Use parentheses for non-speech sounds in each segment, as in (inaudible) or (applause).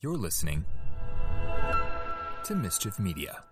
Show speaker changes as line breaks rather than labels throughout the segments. You're listening to Mischief Media.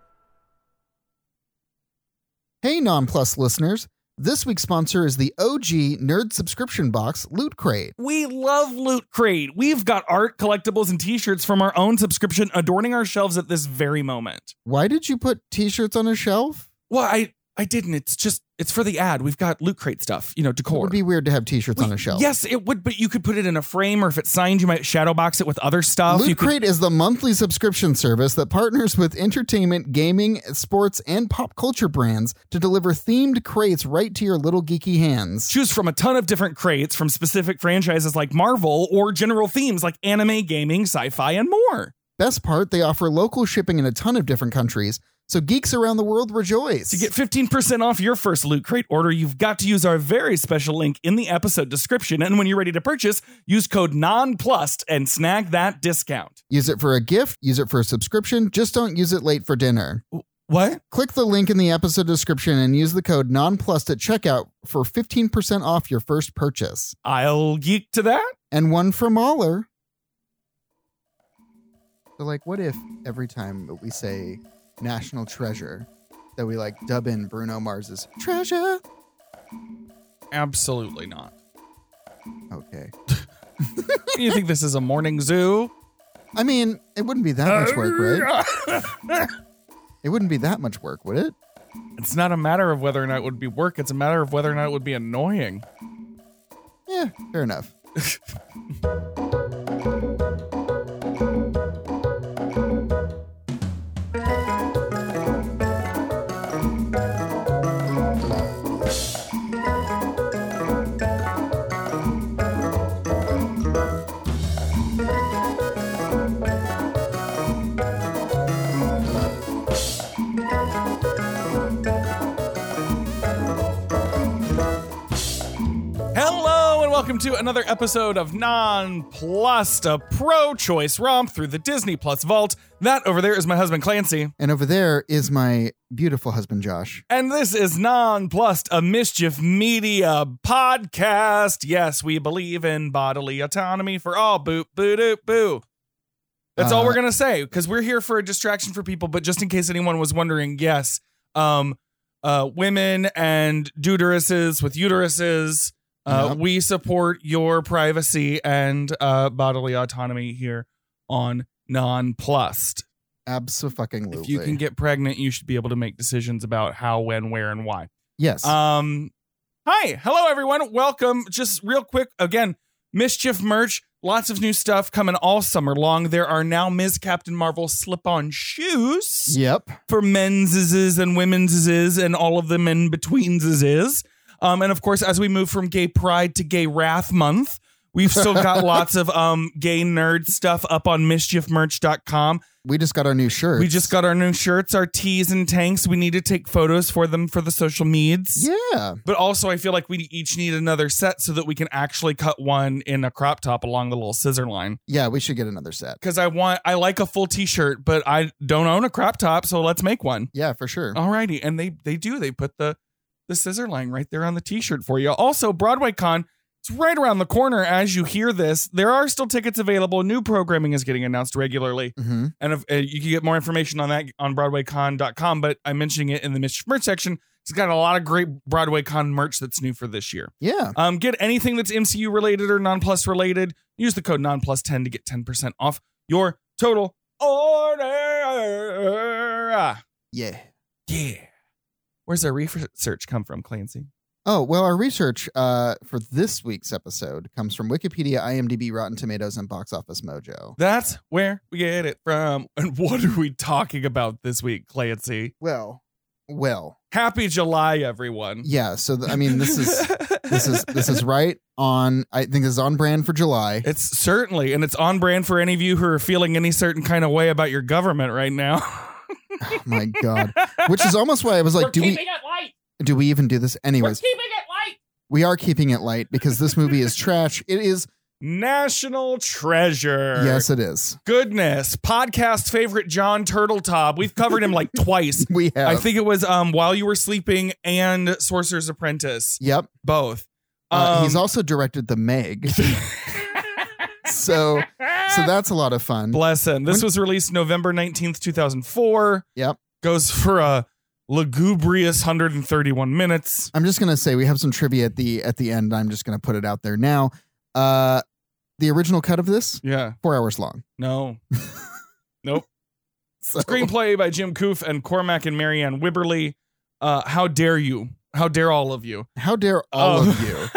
Hey, Nonplus listeners. This week's sponsor is the OG nerd subscription box, Loot Crate.
We love Loot Crate. We've got art, collectibles, and t shirts from our own subscription adorning our shelves at this very moment.
Why did you put t shirts on a shelf?
Well, I, I didn't. It's just, it's for the ad. We've got Loot Crate stuff, you know,
It
decor.
would be weird to have t shirts on a shelf.
Yes, it would, but you could put it in a frame, or if it's signed, you might shadow box it with other stuff. you
Loot
could-
Crate is the monthly subscription service that partners with entertainment, gaming, sports, and pop culture brands to deliver themed crates right to your little geeky hands.
choose from a ton of different crates from specific franchises like Marvel or general themes like anime, gaming, sci fi, and more.
Best part, they offer local shipping in a ton of different countries, so geeks around the world rejoice.
To get 15% off your first Loot Crate order, you've got to use our very special link in the episode description. And when you're ready to purchase, use code NONPLUST and snag that discount.
use it for a gift, use it for a subscription, just don't use it late for dinner.
What?
Click the link in the episode description and use the code NONPLUSED at checkout for 15% off your first purchase.
I'll geek to that.
And one for Mahler. So, like, what if every time that we say national treasure, that we like dub in Bruno Mars's treasure?
Absolutely not.
Okay.
you think this is a morning zoo?
I mean, it wouldn't be that much work, right? It wouldn't be that much work, would it?
It's not a matter of whether or not it would be work, it's a matter of whether or not it would be annoying.
Yeah, fair enough.
Hello, and welcome to another episode of Nonplussed, a pro choice romp through the Disney Plus vault. That over there is my husband Clancy.
And over there is my beautiful husband, Josh.
And this is Nonplussed, a mischief media podcast. Yes, we believe in bodily autonomy for all. Boop, boo, doop, boo. That's all
Uh,
we're going to say because we're here for a distraction for people. But just in case anyone was wondering, yes, um, uh, women and deuteruses with uteruses, uh,
Yep.
we support your privacy and uh, bodily autonomy here on Nonplussed.
Absolutely.
If you can get pregnant, you should be able to make decisions about how, when, where, and why.
Yes.
Um, hi, hello everyone. Welcome. Just real quick again, mischief merch. Lots of new stuff coming all summer long. There are now Ms. Captain Marvel slip-on shoes
yep.
for men's and women's and all of them in betweens is. Um, and of course, as we move from Gay Pride to Gay Wrath Month, we've
(laughs)
still got lots of um, gay nerd stuff up on mischiefmerch.com.
We just got our new shirt.
We just got our new shirts, our tees and tanks. We need to take photos for them for the social meds.
Yeah.
But also, I feel like we each need another set so that we can actually cut one in a crop top along the little scissor line.
Yeah, we should get another set.
Because I want, I like a full T-shirt, but I don't own a crop top, so let's make one.
Yeah, for sure.
Oh.
Alrighty, and they they do they put the the scissor line right there on the T-shirt for you. Also, Broadway Con. It's right around the corner as you hear this. There are still tickets available. New programming is getting announced regularly.
hmm
And if, uh, you can get more information on that on BroadwayCon.com, but I'm mentioning it in the Mischief merch section. It's got a lot of great Broadway Con merch that's new for this year.
Yeah.
Um, get anything that's MCU related or nonplus related. Use the code nonplus10 to get 10% off your total order.
Yeah.
Yeah. Where's our research come from, Clancy?
Oh, well, our research uh, for this week's episode comes from Wikipedia, IMDb, Rotten Tomatoes, and Box Office Mojo.
That's where we get it from. (laughs) And what are we talking about this week, Clancy?
Well, well,
Happy July, everyone.
yeah. So, th- I mean, this is. This
(laughs)
is this is right on. I think this is on brand for July.
It's certainly, and it's on brand for any of you who are feeling any certain kind of way about your government right now.
Oh my god! Which is almost why I was like,
We're
do
keeping
we
it light.
do we even do this
We're
anyways?
keeping it light.
We are keeping it light because this movie is trash. It is
National treasure.
yes, it is.
Goodness. Podcast favorite John Turtletaub. We've covered
(laughs)
him like twice.
We have
I think it was um While You Were Sleeping and Sorcerer's Apprentice.
yep.
Both.
Uh, he's
Um, (laughs)
also directed The Meg. so So that's a lot of fun.
Bless him. This was released November 19th, 2004.
Yep.
Goes for a lugubrious 131 minutes.
I'm just gonna say we have some trivia at the at the end. I'm just gonna put it out there now. Uh, the original cut of this
Yeah.
four hours long. (laughs)
No. nope.
So,
Screenplay by Jim Koof and Cormac and Marianne Wibberly. Uh, how dare you? How dare all of you?
(laughs) How dare all
Um,
of
(laughs)
you?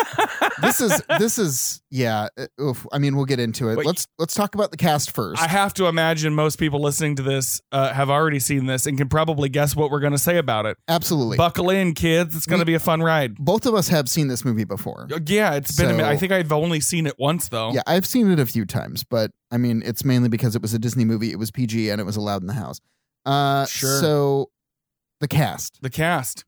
This is this is yeah. uh, oof. I mean, we'll get into it.
Wait.
Let's let's talk about the cast first.
I have to imagine most people listening to this uh, have already seen this and can probably guess what we're going to say about it.
Absolutely.
Buckle in, kids. It's going to be a fun ride. Uh,
Both of us have seen this movie before.
Yeah, it's been. a mi-
So-
I think I've only seen it once though.
Yeah, I've seen it a few times, but I mean, it's mainly because it was a Disney movie. It was PG and it was allowed in the house. Uh,
Sure.
So the cast
The cast.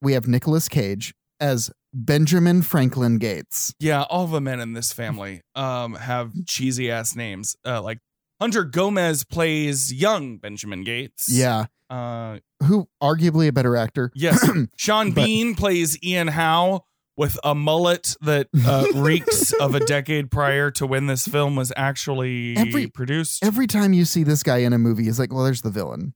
we have Nicolas Cage as Benjamin Franklin Gates.
Yeah, all the men in this family um have cheesy ass names. Uh, like Hunter Gomez plays young Benjamin Gates.
Yeah,
Uh,
who arguably a better actor.
yes. Sean
(clears throat) But-
Bean plays Ian Howe with a mullet that uh, reeks
(laughs)
of a decade prior to when this film was actually
Every-
produced.
Every time you see this guy in a movie, he's like, "Well, there's the villain."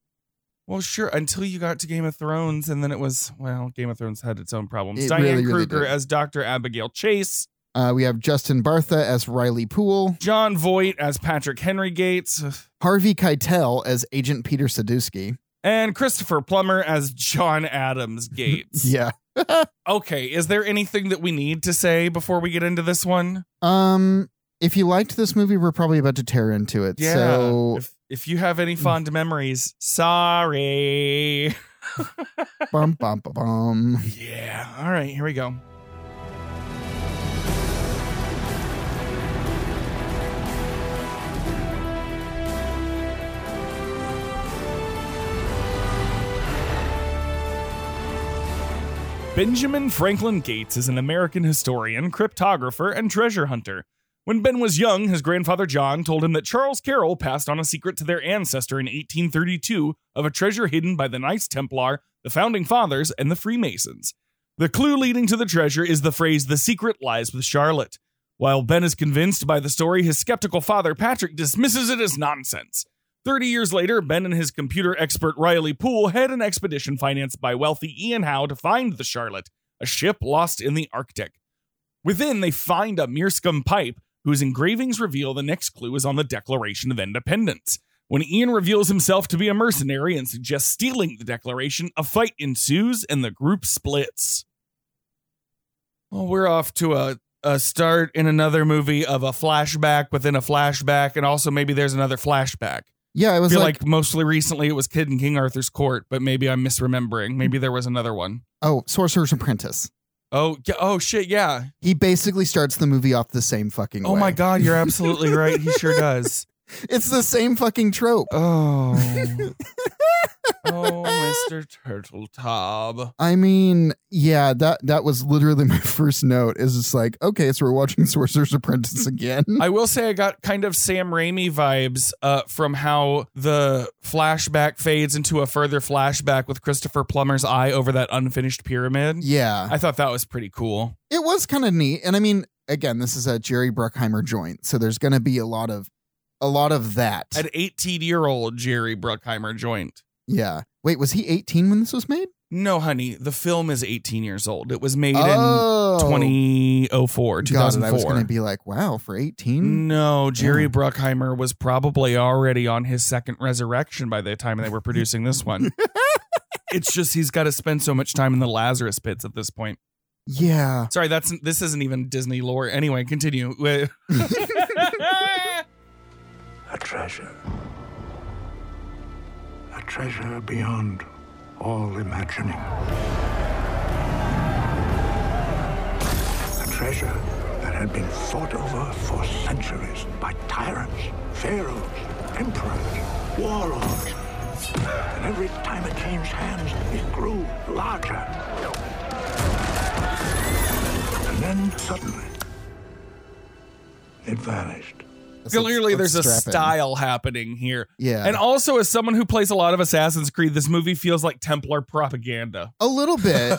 Well, sure. Until you got to Game of Thrones, and then it was well, Game of Thrones had its own problems.
It
Diane
really, really
Kruger
did.
as Dr. Abigail Chase,
Uh, we have Justin Bartha as Riley Poole,
John Voight as Patrick Henry Gates,
Harvey Keitel as Agent Peter Sadusky.
and Christopher Plummer as
(laughs)
John Adams Gates.
Yeah.
Okay, is there anything that we need to say before we get into this one?
Um, if you liked this movie, we're probably about to tear into it.
Yeah.
So Mm.
If, if you have any fond memories, sorry.
bum bum bum bum.
Yeah. All right, here we go. Benjamin Franklin Gates is an American historian, cryptographer, and treasure hunter. When Ben was young, his grandfather John told him that Charles Carroll passed on a secret to their ancestor in 1832 of a treasure hidden by the Knights Templar, the Founding Fathers, and the Freemasons. The clue leading to the treasure is the phrase, the secret lies with Charlotte. While Ben is convinced by the story, his skeptical father Patrick dismisses it as nonsense. 30 years later, Ben and his computer expert Riley Poole head an expedition financed by wealthy Ian Howe to find the Charlotte, a ship lost in the Arctic. Within, they find a Mearscum pipe, whose engravings reveal the next clue is on the Declaration of Independence. When Ian reveals himself to be a mercenary and suggests stealing the Declaration, a fight ensues and the group splits. Well, we're off to a, a start in another movie of a flashback within a flashback, and also maybe there's another flashback.
Yeah, it
I
was
feel
like,
like, mostly recently it was Kid in King Arthur's Court, but maybe I'm misremembering. Maybe there was another one.
oh, Sorcerer's Apprentice.
Oh, yeah, oh shit, yeah.
He basically starts the movie off the same fucking.
Oh
way.
my god, you're absolutely right. He sure does.
(laughs) It's the same fucking trope.
Oh.
(laughs)
oh, Mr. Turtle Tob.
I mean, yeah, that that was literally (laughs) my first note. Is it's like, okay, so we're watching (laughs) Sorcerer's Apprentice again. (laughs)
I will say I got kind of Sam Raimi vibes uh, from how the flashback fades into a further flashback with Christopher Plummer's eye over that unfinished pyramid.
yeah,
I thought that was pretty cool.
it was kind of neat. And I mean, again, this is a Jerry Bruckheimer joint, so there's going to be a lot of a lot of that.
An 18 year old Jerry Bruckheimer joint.
yeah. Wait, was he 18 when this was made?
No, honey, the film is 18 years old. It was made
oh,
in 2004,
God, and
2004.
I was going to be like, wow, for
Mm.
18.
No, Jerry
Yeah.
Bruckheimer was probably already on his second resurrection by the time they were producing
(laughs)
this one. it's just he's got to spend so much time in the Lazarus pits at this point.
Yeah.
Sorry, that's this isn't even Disney lore. Anyway, continue. (laughs) Wait.
A treasure. A treasure beyond all imagining. A treasure that had been fought over for centuries by tyrants, pharaohs, emperors, warlords. And every time it changed hands, it grew larger. And then suddenly, it vanished.
Let's-
Clearly,
let's
there's a
strap in.
style happening here.
Yeah.
And also, as someone who plays a lot of Assassin's Creed, this movie feels like Templar propaganda.
A little bit.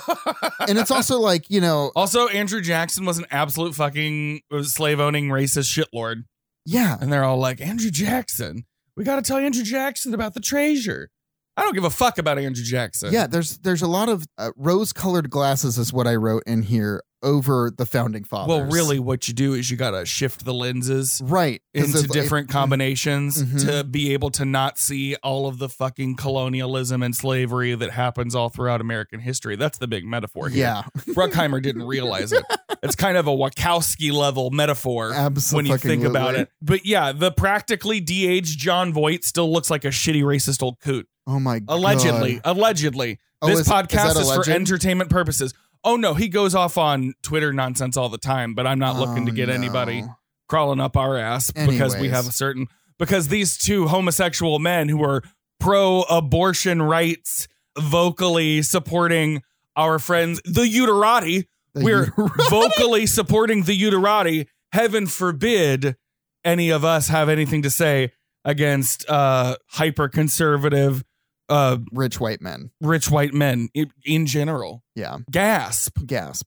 and it's also like, you know,
Also, Andrew Jackson was an absolute fucking slave owning uh, racist shitlord.
Yeah.
And they're all like, Andrew Jackson, we got to tell Andrew Jackson about the treasure. I don't give a fuck about Andrew Jackson.
Yeah, there's there's a lot of uh, rose-colored glasses is what I wrote in here over the founding fathers.
Well, really, what you do is you got to shift the lenses
right? 'cause mm-hmm.
into
there's- it-
different combinations
Mhm.
to be able to not see all of the fucking colonialism and slavery that happens all throughout American history. That's the big metaphor here.
Yeah,
Bruckheimer didn't
(laughs)
realize it. It's kind of a Wachowski level metaphor when
absolutely.
you think about it. But yeah, the practically de-aged John Voight still looks like a shitty racist old coot.
Oh my god.
Allegedly, allegedly,
Oh,
this
is- is
podcast
that
is, for
alleged?
entertainment purposes. Oh no, he goes off on Twitter nonsense all the time, but I'm not looking to
Oh,
get
no.
anybody crawling up our ass because we
Anyways.
have a certain because these two homosexual men who are pro abortion rights vocally supporting our friends
(laughs)
the uterati
The
we're
uterati.
vocally supporting the uterati heaven forbid any of us have anything to say against uh hyper conservative uh
rich white men.
rich white men in, in general
Yeah.
gasp (laughs)
Gasp.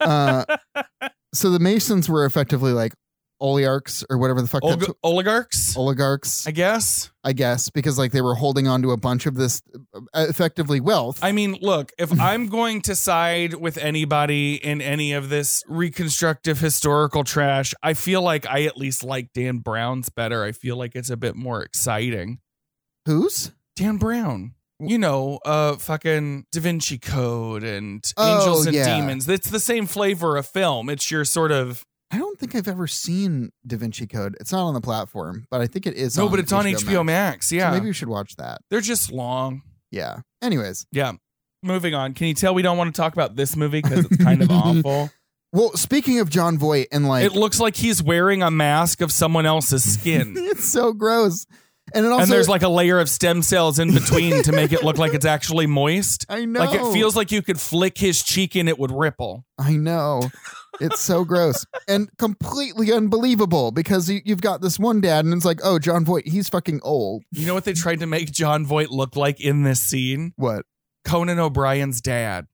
Uh, so the Masons were effectively like oligarchs or whatever the fuck
Olig-
that's
oligarchs
oligarchs,
i guess
I guess, because like they were holding on to a bunch of this uh, effectively wealth.
I mean, look,
(laughs)
if I'm going to side with anybody in any of this reconstructive historical trash, I feel like I at least like Dan Brown's better. I feel like it's a bit more exciting.
Who's?
Dan Brown. You know, uh fucking Da Vinci Code and
Oh,
Angels and
yeah.
Demons. It's the same flavor of film. It's your sort of
I don't think I've ever seen Da Vinci Code. It's not on the platform, but I think it is.
No,
on
but it's on HBO Max.
So
Yeah.
maybe we should watch that.
They're just long.
Yeah. Anyways,
Yeah. Moving on. Can you tell we don't want to talk about this movie because it's
(laughs)
kind of awful?
well, speaking of John Voight and like,
it looks like he's wearing a mask of someone else's skin.
(laughs) it's so gross, and it also
and there's like a layer of stem cells in between to make it look like it's
(laughs)
actually moist.
I know,
Like it feels like you could flick his cheek and it would ripple.
I know. It's so gross and completely unbelievable because you, you've got this one dad, and it's like, oh, John Voight, he's fucking old.
You know what they tried to make John Voight look like in this scene?
What?
Conan O'Brien's dad.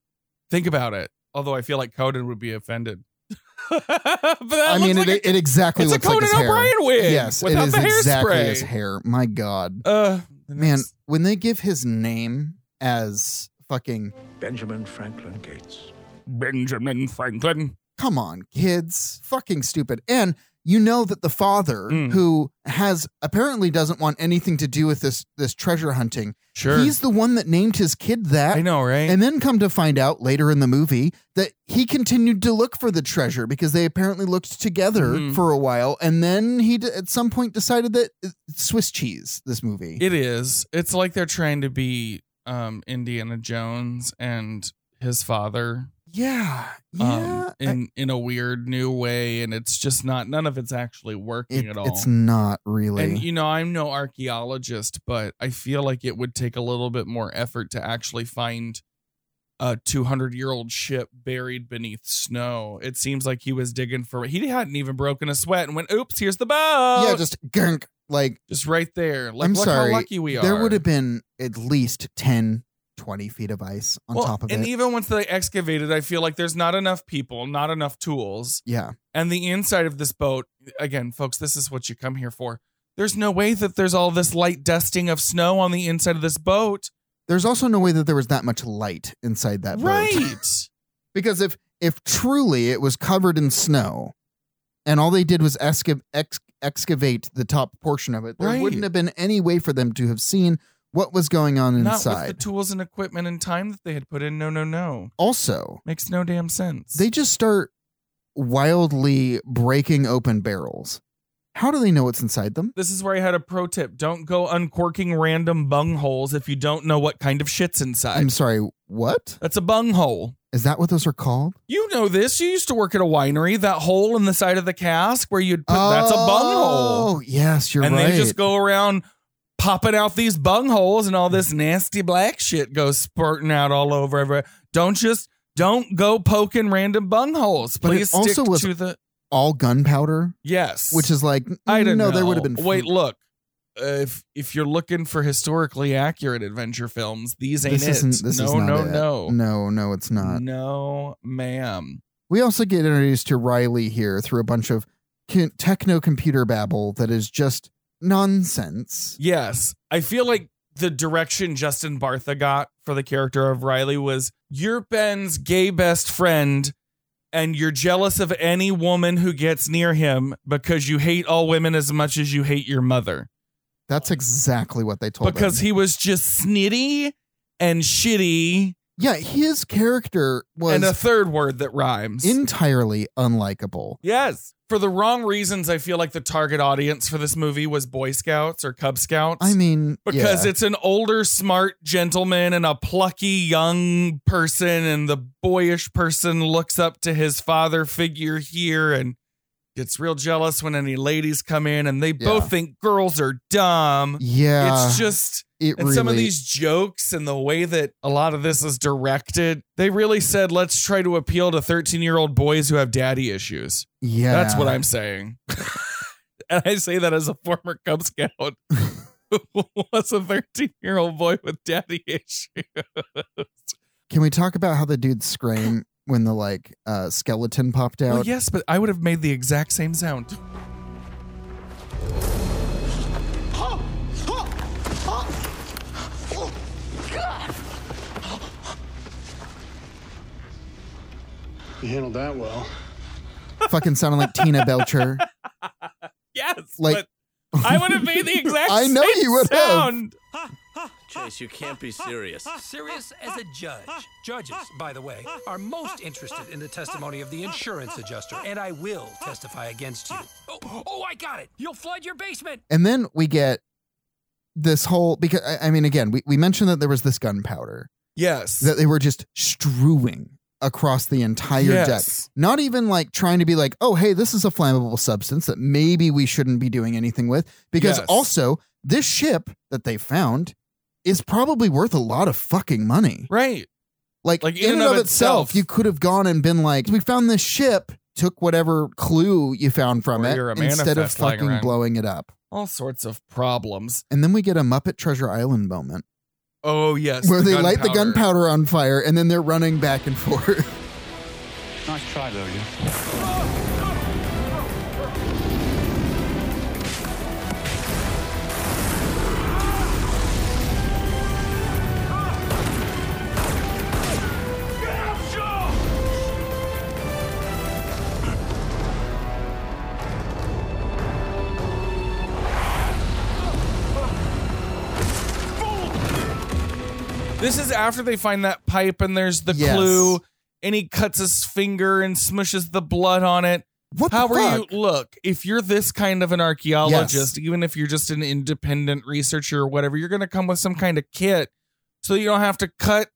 Think about it. Although I feel like Conan would be offended. (laughs) but that
I mean, it, it exactly
it's a
looks like his
Conan
hair.
O'Brien wig
Yes, it
without
is
the
exactly
hairspray.
his hair. My God,
uh, the
man,
next-
when they give his name as fucking,
Benjamin Franklin Gates.
Benjamin Franklin.
come on, kids, fucking stupid, and you know that the father
Mm.
who has apparently doesn't want anything to do with this this treasure hunting.
Sure.
He's the one that named his kid that.
I know, right?
And then come to find out later in the movie that he continued to look for the treasure because they apparently looked together
Mhm.
for a while. And then he, d- at some point, decided that it's Swiss cheese, this movie.
It is. It's like they're trying to be um Indiana Jones and his father
yeah. Yeah.
um, in in a weird new way and it's just not none of it's actually working
It-
at all.
It's not really.
and you know, I'm no archaeologist, but I feel like it would take a little bit more effort to actually find a 200 year old ship buried beneath snow. It seems like he was digging for He hadn't even broken a sweat and went, "Oops, here's the boat."
yeah, just gunk. Like,
Just right there. Like,
I'm
look
sorry.
how lucky we are.
there would have been at least 10, 20 feet of ice on top of
and
it.
even once they excavated, I feel like there's not enough people, not enough tools.
yeah.
And the inside of this boat, again, folks, this is what you come here for. There's no way that there's all this light dusting of snow on the inside of this boat.
There's also no way that there was that much light inside that boat. (laughs)
Right.
Because if if truly it was covered in snow, and all they did was esca- ex- excavate the top portion of it, there
Right.
wouldn't have been any way for them to have seen what was going on
Not with the
inside.
tools and equipment and time that they had put in. No, no, no.
also,
Makes no damn sense.
they just start wildly breaking open barrels. How do they know what's inside them?
this is where I had a pro tip. Don't go uncorking random bungholes if you don't know what kind of shit's inside.
I'm sorry, what
That's a bunghole.
is that? What those are called?
You know this. You used to work at a winery. That hole in the side of the cask where you'd put that's a bunghole.
Oh, yes, you're
And
right.
they just go around popping out these bungholes and all this nasty black shit goes spurting out all over everywhere. Don't just don't go poking random bungholes.
But it
Please stick
also was-
to the
all gunpowder,
yes.
which is like
I don't
no,
know.
there would have been
Wait, look. Uh, if if you're looking for historically accurate adventure films, these ain't
This
it.
isn't. This
no,
is not
no,
it.
no,
no, no. It's not.
no, ma'am.
We also get introduced to Riley here through a bunch of con- techno computer babble that is just nonsense.
Yes. I feel like the direction Justin Bartha got for the character of Riley was you're Ben's gay best friend and you're jealous of any woman who gets near him because you hate all women as much as you hate your mother.
That's exactly what they told
Because
him.
he was just snitty and shitty
yeah, his character was
and a third word that rhymes.
entirely unlikable.
yes. For the wrong reasons, I feel like the target audience for this movie was Boy Scouts or Cub Scouts.
I mean,
because
yeah.
it's an older, smart gentleman and a plucky young person, and the boyish person looks up to his father figure here and gets real jealous when any ladies come in, and they
Yeah.
both think girls are dumb.
yeah,
it's just,
it
and some of
really-
these jokes and the way that a lot of this is directed, they really said, let's try to appeal to 13 year old boys who have daddy issues.
Yeah,
That's what I'm saying. (laughs) and I say that as a former Cub Scout who (laughs) was a 13 year old boy with daddy issues.
Can we talk about how the dude scream when the like uh, skeleton popped out?
Well, yes, but I would have made the exact same sound.
You handled that well.
Fucking sounded like
(laughs)
Tina Belcher.
Yes,
Like-
but I would have
(laughs)
made the exact
I
same
know you would have.
sound.
Chase, you can't be serious.
Serious as a judge. Judges, by the way, are most interested in the testimony of the insurance adjuster, and I will testify against you. Oh, oh I got it. You'll flood your basement.
And then we get this whole because I, I mean, again, we, we mentioned that there was this gunpowder
Yes.
that they were just strewing across the entire
Yes.
deck. Not even like trying to be like, oh, hey, this is a flammable substance that maybe we shouldn't be doing anything with. Because
Yes.
also, this ship that they found is probably worth a lot of fucking money.
right.
Like,
Like,
in, and of, itself,
itself.
you could have gone and been like, "We found this ship." Took whatever clue you found from
Or
it
you're a
instead of
manifest lying
fucking
around.
blowing it up.
All sorts of problems.
And then we get a Muppet Treasure Island moment
Oh, yes.
where
the
they light the
gunpowder.
gunpowder on fire and then they're running back and forth. (laughs)
Nice try, though, you.
This is after they find that pipe and there's the
Yes.
clue, and he cuts his finger and smushes the blood on it.
What
How
the
are
fuck?
you? Look, if you're this kind of an archaeologist, even if you're just an independent researcher or whatever, you're going to come with some kind of kit so you don't have to cut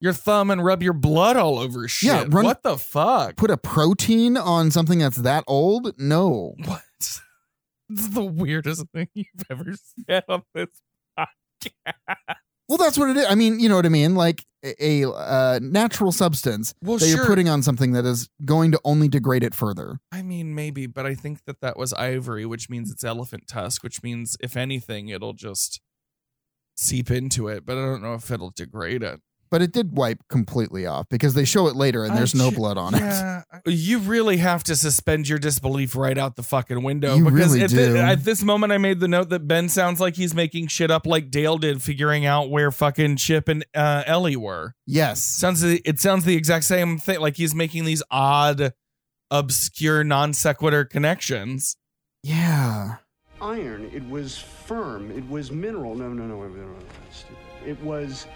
your thumb and rub your blood all over shit.
Yeah, run-
what the fuck?
Put a protein on something that's that old? No.
(laughs) What? This is the weirdest (laughs) thing you've ever said on this.
Well, that's what it is. I mean, you know what I mean? Like a, a uh, natural substance
Well,
that you're
sure.
putting on something that is going to only degrade it further.
I mean, maybe, but I think that that was ivory, which means it's elephant tusk, which means if anything, it'll just seep into it. But I don't know if it'll degrade it.
But it did wipe completely off because they show it later and
I
there's no
ju-
blood on it.
Yeah, you really have to suspend your disbelief right out the fucking window.
You
because
really
at, thi-
do.
at this moment, I made the note that Ben sounds like he's making shit up, like Dale did, figuring out where fucking Chip and uh, Ellie were.
Yes.
Sounds the- it sounds the exact same thing. Like he's making these odd, obscure, non sequitur connections.
Yeah.
Iron, it was firm, it was mineral. No, no, no, wait, wait, wait, wait, that's stupid. It was.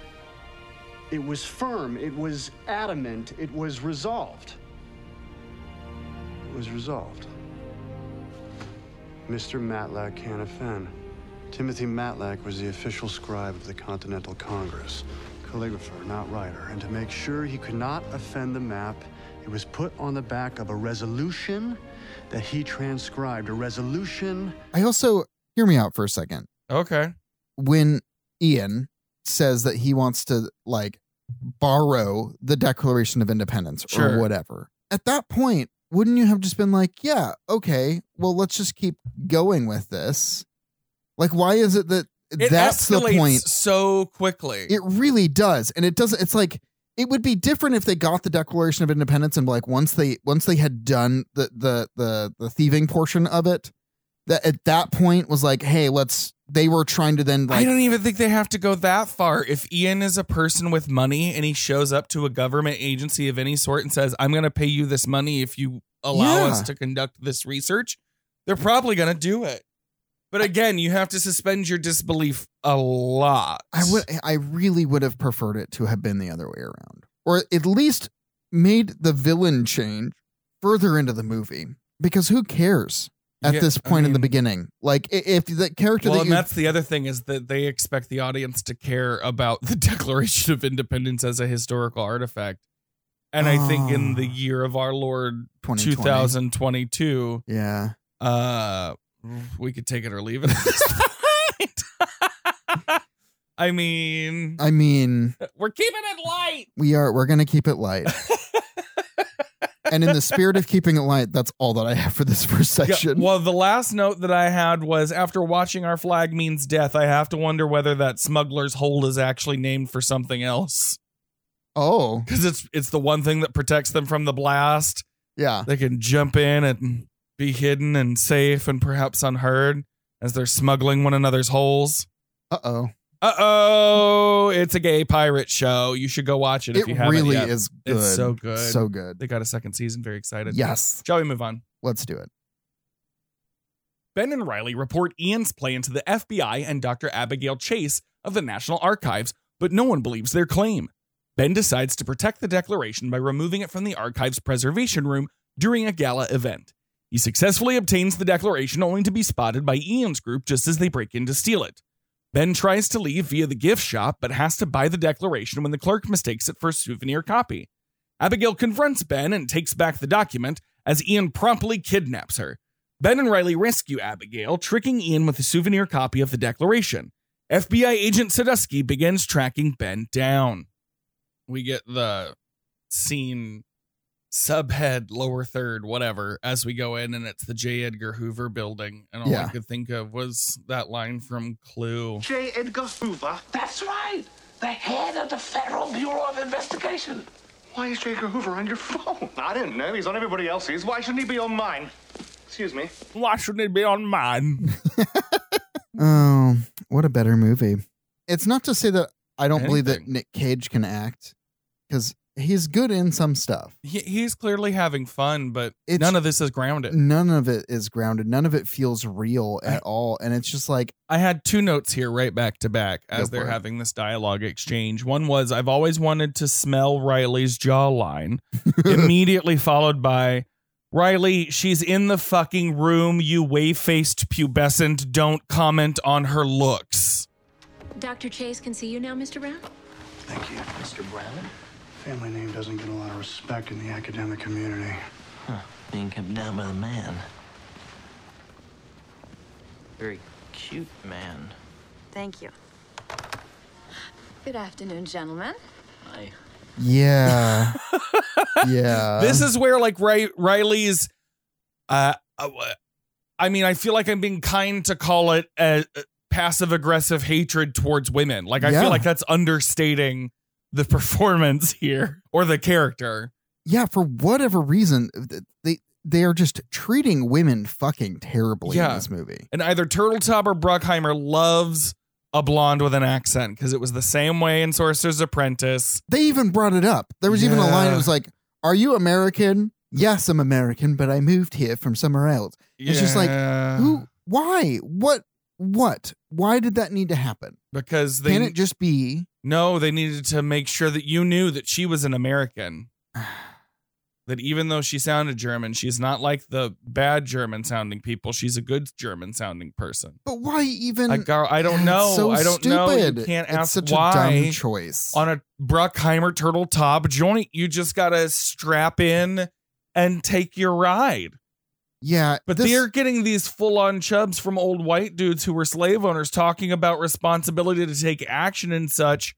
It was firm, it was adamant, it was resolved. It was resolved. Mr. Matlack can offend. Timothy Matlack was the official scribe of the Continental Congress, calligrapher, not writer, and to make sure he could not offend the map, it was put on the back of a resolution that he transcribed, a resolution
I also, hear me out for a second.
Okay.
When Ian says that he wants to, like, borrow the Declaration of Independence or
Sure.
whatever, at that point, wouldn't you have just been like, yeah, okay, well, let's just keep going with this? Like, why is it that
It
that's the
escalates
point?
so quickly.
It really does. And it doesn't, it's like, it would be different if they got the Declaration of Independence and like once they once they had done the the the the thieving portion of it, that at that point was like, hey, let's. They were trying to then
I
like
don't even think they have to go that far. If Ian is a person with money and he shows up to a government agency of any sort and says, I'm going to pay you this money if you allow
Yeah.
us to conduct this research, they're probably going to do it. But again, you have to suspend your disbelief a lot.
I would I really would have preferred it to have been the other way around. Or at least made the villain change further into the movie. Because who cares at
Yeah,
this
I
point in the
mean-
beginning? Like i- if the character
Well,
that
and
you
that's the other thing is that they expect the audience to care about the (laughs) Declaration of Independence as a historical artifact. And I think in the
Ah.
year of our Lord
2020.
2022,
Yeah.
uh we could take it or leave it at this point. (laughs) I mean,
I mean,
we're keeping it light.
we are we're gonna keep it
(laughs)
light. and in the spirit of keeping it light, that's all that I have for this first
Yeah,
section.
well, the last note that I had was after watching Our Flag Means Death, I have to wonder whether that smuggler's hold is actually named for something else.
oh,
Because it's it's the one thing that protects them from the blast.
yeah.
They can jump in and be hidden and safe and perhaps unheard as they're smuggling one another's holes.
Uh oh.
Uh oh, it's a gay pirate show. You should go watch it if
It
you haven't
really
yet.
is good.
It's so good.
So good.
They got a second season. Very excited.
Yes.
Shall we move on?
Let's do it.
Ben and Riley report Ian's plan to the FBI and Dr. Abigail Chase of the National Archives, but no one believes their claim. Ben decides to protect the declaration by removing it from the archives preservation room during a gala event. He successfully obtains the declaration only to be spotted by Ian's group just as they break in to steal it. Ben tries to leave via the gift shop but has to buy the declaration when the clerk mistakes it for a souvenir copy. Abigail confronts Ben and takes back the document as Ian promptly kidnaps her. Ben and Riley rescue Abigail, tricking Ian with a souvenir copy of the Declaration. FBI agent Sadusky begins tracking Ben down. We get the scene, subhead, lower third, whatever, as we go in, and it's the J. Edgar Hoover building. And all I
Yeah.
could think of was that line from Clue.
J. Edgar Hoover.
That's right. The head of the Federal Bureau of Investigation.
Why is J. Edgar Hoover on your phone? I didn't know. He's on everybody else's. Why shouldn't he be on mine? Excuse me.
Why shouldn't it be on mine?
Oh, what a better movie. It's not to say that I don't believe that
Anything.
Nick Cage can act because he's good in some stuff.
He, he's clearly having fun, but
It's-
none of this is grounded.
None of it is grounded. None of it feels real at all. And it's just like,
I had two notes here right back to back as
Go
they're
for it.
having this dialogue exchange. One was I've always wanted to smell Riley's
(laughs)
jawline, immediately followed by Riley, she's in the fucking room, you wave faced pubescent. Don't comment on her looks.
Dr. Chase can see you now, Mr. Brown?
Thank you.
Mr. Brown?
Family name doesn't get a lot of respect in the academic community.
Being kept down by the man. Very cute man.
Thank you. Good afternoon, gentlemen.
I.
yeah.
(laughs)
yeah. Um,
this is where like Ri- Riley's uh uh, I mean, I feel like I'm being kind to call it a passive aggressive hatred towards women. Like I
Yeah.
feel like that's understating the (laughs) performance here or the character.
yeah, for whatever reason, th- they they are just treating women fucking terribly
Yeah.
in this movie.
And either Turtletop or Bruckheimer loves a blonde with an accent because it was the same way in Sorcerer's Apprentice.
They even brought it up. There was even a line
Yeah.
that was like, Are you American? Yes, I'm American, but I moved here from somewhere else. It's just like,
Yeah.
Who? Why? What? What? Why did that need to happen?
because they
Can it just be?
No, they needed to make sure that you knew that she was an American. (sighs) that even though she sounded German, she's not like the bad German sounding people. She's a good German sounding person.
But why even?
I, gar- I don't
It's
know.
so
I don't know. You
stupid.
can't
It's
ask
such a
why
dumb choice.
on a Bruckheimer turtle top joint. You just gotta strap in and take your ride.
yeah,
But
this-
they're getting these full on chubs from old white dudes who were slave owners talking about responsibility to take action and such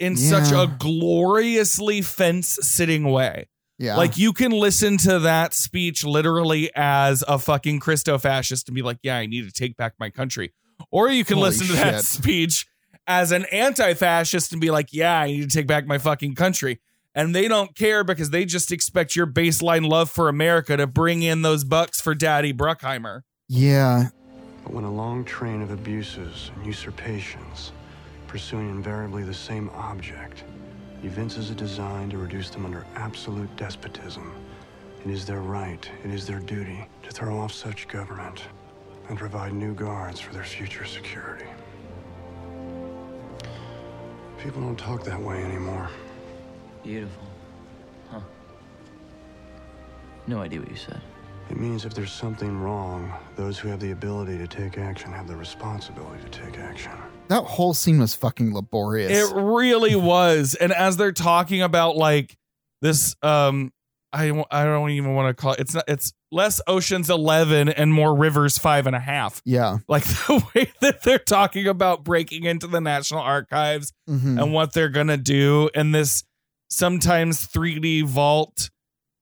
in such
Yeah.
a gloriously fence sitting way.
yeah,
Like you can listen to that speech literally as a fucking Christo fascist and be like, yeah, I need to take back my country. Or you can
Holy
listen to that
shit.
speech as an anti fascist and be like, yeah, I need to take back my fucking country. and they don't care because they just expect your baseline love for America to bring in those bucks for Daddy Bruckheimer.
Yeah.
But when a long train of abuses and usurpations, pursuing invariably the same object, evinces a design to reduce them under absolute despotism, it is their right, it is their duty to throw off such government and provide new guards for their future security. People don't talk that way anymore.
Beautiful. Huh. No idea what you said.
It means if there's something wrong, those who have the ability to take action have the responsibility to take action.
That whole scene was fucking laborious.
It really was. And as they're talking about like this, um, I don't- I don't even want to call it. It's not. It's less Ocean's Eleven and more Rivers Five and a Half.
yeah.
Like (laughs) the way that they're talking about breaking into the National Archives
Mhm.
and what they're gonna do, and this sometimes 3D vault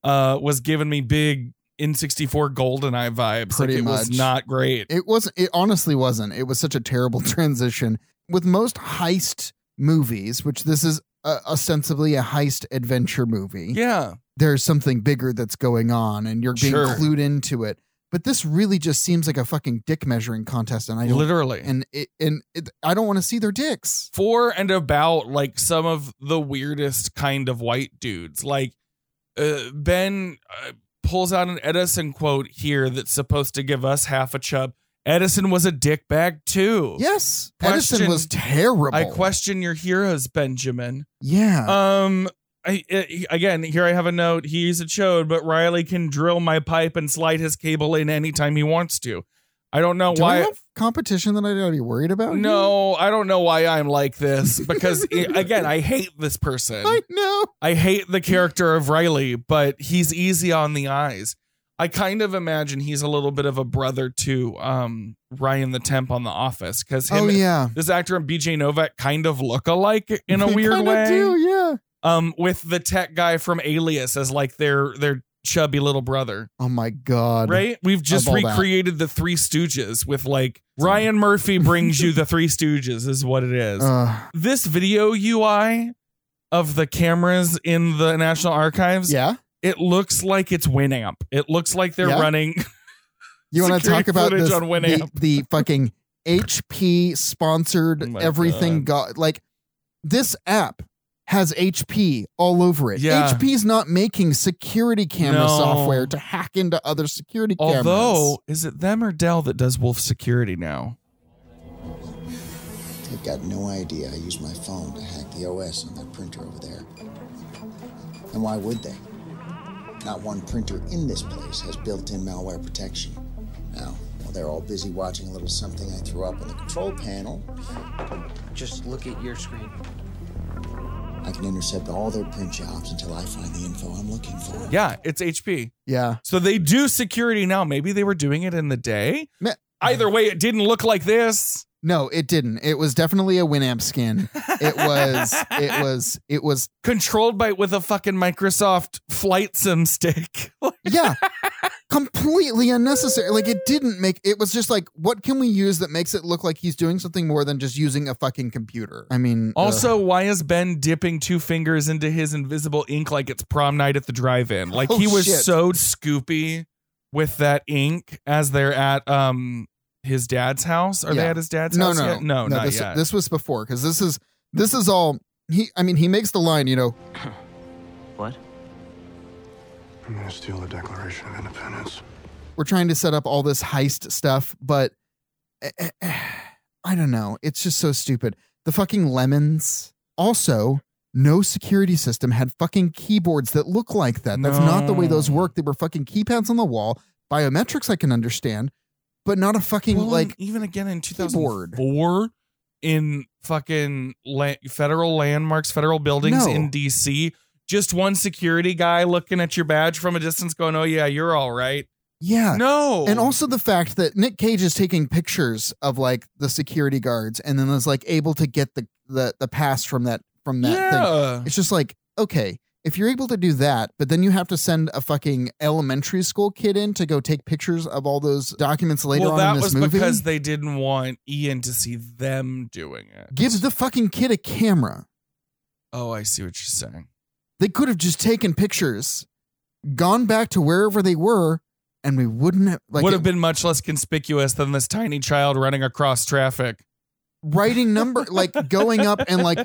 uh, was giving me big N64 GoldenEye vibes.
Pretty
like it
much.
was not great.
It wasn't. It honestly wasn't. It was such a terrible (laughs) transition. With most heist movies, which this is uh, ostensibly a heist adventure movie,
Yeah.
there's something bigger that's going on, and you're being
Sure.
clued into it. But this really just seems like a fucking dick measuring contest, and I don't,
Literally.
and it, and it, I don't want to see their dicks.
for and about like some of the weirdest kind of white dudes. Like uh, Ben uh, pulls out an Edison quote here that's supposed to give us half a chub. Edison was a dickbag too.
Yes, Edison
Question-
was terrible.
I question your heroes, Benjamin.
yeah,
Um, I, I- again, here I have a note. He's a chode, but Riley can drill my pipe and slide his cable in anytime he wants to. I don't know
Do
why.
I have competition that I gotta be worried about?
no, I don't know why I'm like
(laughs)
this because i- again, I hate this person.
I know.
I hate the character of Riley, but he's easy on the eyes. I kind of imagine he's a little bit of a brother to um, Ryan the Temp on The Office because him,
Oh yeah,
this actor and BJ Novak kind of look alike in a
They
weird
kinda
way.
Do yeah.
Um, with the tech guy from Alias as like their their chubby little brother,
Oh my god.
right? We've just
all that.
recreated the Three Stooges with like Ryan Murphy brings
(laughs)
you the Three Stooges is what it is
Uh,
this video UI of the cameras in the National Archives,
yeah.
it looks like it's Winamp. It looks like they're
Yeah.
running. (laughs)
You want to
Security
talk about
footage
this,
on Winamp.
the, the fucking HP sponsored
Oh my
everything got like this app has HP all over it.
Yeah.
HP's not making security camera
No.
software to hack into other security cameras.
Although, is it them or Dell that does Wolf Security now?
I've got no idea. I used my phone to hack the OS on that printer over there. And why would they? Not one printer in this place has built in malware protection. Now, while they're all busy watching a little something I threw up on the control panel,
Just look at your screen.
I can intercept all their print jobs until I find the info I'm looking for.
Yeah, it's HP.
yeah.
So they do security now. Maybe they were doing it in the day.
Me-
Either way, it didn't look like this.
No, it didn't. It was definitely a Winamp skin. It was it was it was
Controlled by with a fucking Microsoft flight sim stick. (laughs)
yeah. completely unnecessary. Like it didn't make it was just like what can we use that makes it look like he's doing something more than just using a fucking computer? I mean ugh.
Also, why is Ben dipping two fingers into his invisible ink like it's prom night at the drive-in? Like
Oh,
he was
shit.
so scoopy with that ink as they're at um his dad's house. Are they
Yeah.
at his dad's
no,
house
no,
yet? No, not
this,
yet.
This was before because this is this is all. He, I mean, he makes the line, you know.
What?
I'm going to steal the Declaration of Independence.
We're trying to set up all this heist stuff, but eh, eh, eh, I don't know. It's just so stupid. The fucking lemons. Also, no security system had fucking keyboards that look like that. That's not the way
No.
those work. They were fucking keypads on the wall. Biometrics, I can understand, but not a fucking
Well,
like.
even again in
keyboard.
2004 in fucking la- federal landmarks, federal buildings
No.
in DC, just one security guy looking at your badge from a distance going, "Oh yeah, you're all right."
Yeah.
No.
Uh, And also the fact that Nick Cage is taking pictures of like the security guards and then is like able to get the the, the pass from that from that thing.
yeah.
It's just like, okay, if you're able to do that, but then you have to send a fucking elementary school kid in to go take pictures of all those documents later
well,
on
that
in this
was
movie.
because they didn't want Ian to see them doing it.
Gives the fucking kid a camera.
Oh, I see what you're saying.
They could have just taken pictures, gone back to wherever they were, and we wouldn't have like
Would have been much less conspicuous than this tiny child running across traffic.
(laughs) writing number like going up and like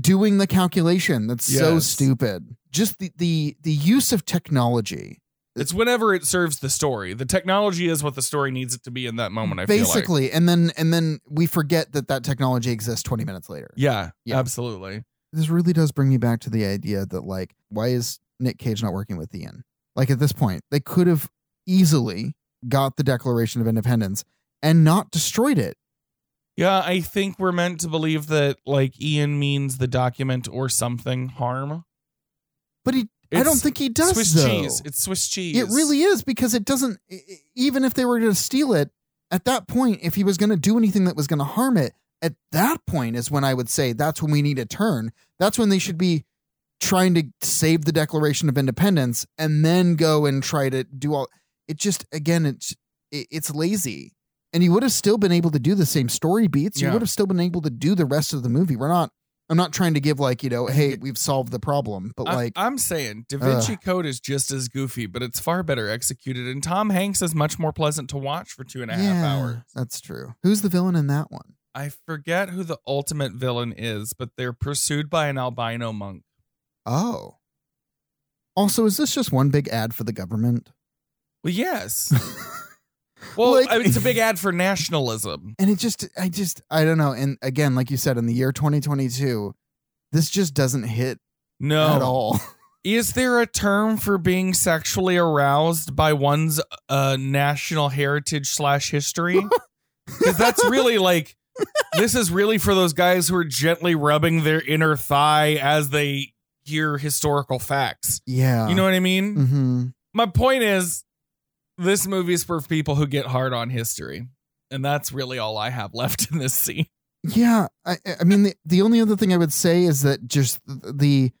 doing the calculation. That's so
Yes.
stupid. Just the the the use of technology.
It's whenever it serves the story. The technology is what the story needs it to be in that moment. I feel like.
basically and then and then we forget that that technology exists 20 minutes later
Yeah,
Yeah.
absolutely.
this really does bring me back to the idea that like why is nick cage not working with ian like at this point they could have easily got the declaration of independence and not destroyed it
Yeah, I think we're meant to believe that like Ian means the document or something harm.
but he i
It's
don't think he does
Swiss
though.
cheese. It's Swiss cheese.
it really is because it doesn't e- e- even if they were to steal it at that point if he was going to do anything that was going to harm it at that point is when i would say that's when we need a turn that's when they should be trying to save the declaration of independence and then go and try to do all it just again it's it, it's lazy and you would have still been able to do the same story beats you
Yeah.
would have still been able to do the rest of the movie we're not i'm not trying to give like you know hey we've solved the problem but
I'm-
like
I'm, saying Da Vinci Code is just as goofy, but it's far better executed. And Tom Hanks is much more pleasant to watch for two and a half hours.
That's true. Who's the villain in that one?
I forget who the ultimate villain is, but they're pursued by an albino monk.
Oh. Also, is this just one big ad for the government? (laughs)
Well, yes. well,
Like-
I mean, it's a big ad for nationalism.
And it just, I just, I don't know. And again, like you said, in the year 2022, this just doesn't hit (laughs)
No.
at all. (laughs)
Is there a term for being sexually aroused by one's uh, national heritage slash history? Because that's really like this is really for those guys who are gently rubbing their inner thigh as they hear historical facts.
Yeah.
You know what I mean?
Mm-hmm.
My point is, this movie is for people who get hard on history, and that's really all I have left in this scene.
Yeah, I, I- I mean, the, the only other thing I would say is that just th- the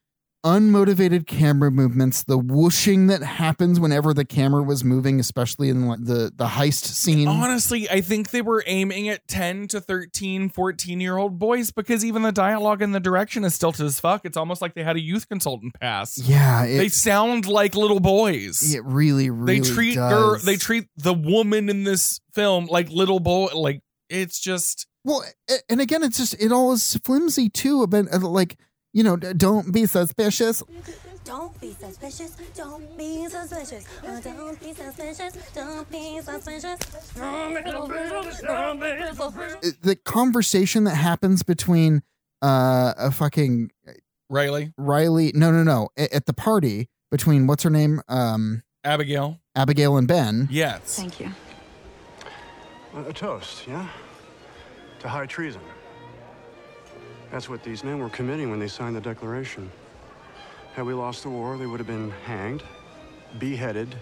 unmotivated camera movements, the whooshing that happens whenever the camera was moving, especially in like the the heist scene.
Honestly, I think they were aiming at 10 to 13, 14 year old boys because even the dialogue and the direction is stilted as fuck. It's almost like they had a youth consultant pass.
yeah, it,
they sound like little boys.
it really, really
they treat
does.
they treat the woman in this film like little boy like it's just
Well, a- and again, it's just it all is flimsy too. About uh, like you know, d- don't be suspicious.
Don't be suspicious. Don't be suspicious. Oh, don't be suspicious. Don't be suspicious. Don't be suspicious. Don't be suspicious.
Uh, The conversation that happens between uh a fucking
Riley,
Riley, no, no, no, a- at the party between what's her name, um,
Abigail.
Abigail and Ben.
Yes.
Thank you.
A, a toast, yeah? To high treason. That's what these men were committing when they signed the Declaration. Had we lost the war, they would have been hanged, beheaded,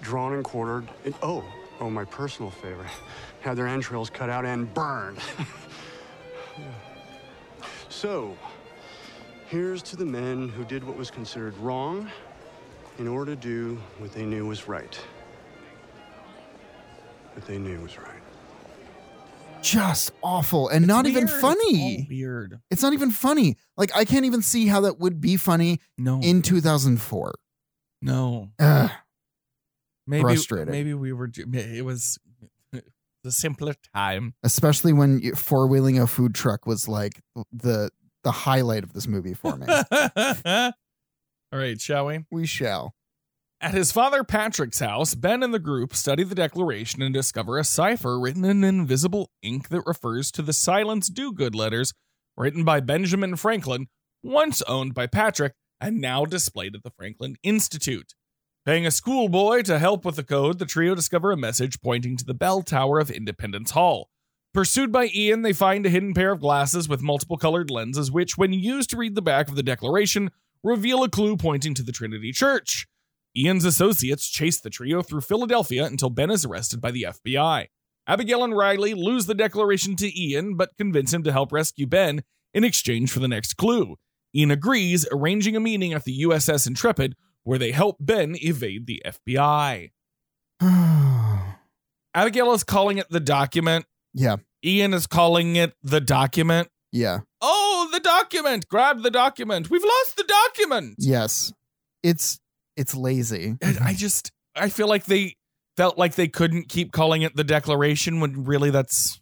drawn and quartered, and oh, oh, my personal favorite, (laughs) had their entrails cut out and burned. (laughs) Yeah. So, here's to the men who did what was considered wrong in order to do what they knew was right. What they knew was right.
Just awful and not even
Weird. It's
funny.
all weird.
It's not even funny. Like I can't even see how that would be funny
No.
in 2004.
No.
Ugh.
Maybe
Frustrating.
maybe we were ju- it was (laughs) the simpler time. (laughs)
Especially when four wheeling a food truck was like the the highlight of this movie for
(laughs)
me.
All right, shall we?
we shall. (sighs)
At his father Patrick's house, Ben and the group study the Declaration and discover a cipher written in invisible ink that refers to the Silence Do Good letters written by Benjamin Franklin, once owned by Patrick and now displayed at the Franklin Institute. Paying a schoolboy to help with the code, the trio discover a message pointing to the bell tower of Independence Hall. Pursued by Ian, they find a hidden pair of glasses with multiple colored lenses, which, when used to read the back of the Declaration, reveal a clue pointing to the Trinity Church. Ian's associates chase the trio through Philadelphia until Ben is arrested by the FBI. Abigail and Riley lose the declaration to Ian, but convince him to help rescue Ben in exchange for the next clue. Ian agrees, arranging a meeting at the USS Intrepid where they help Ben evade the FBI. Abigail is calling it the document.
Yeah.
Ian is calling it the document.
Yeah.
Oh, the document. Grab the document. We've lost the document.
Yes. It's it's lazy.
And I just I feel like they felt like they couldn't keep calling it the declaration when really that's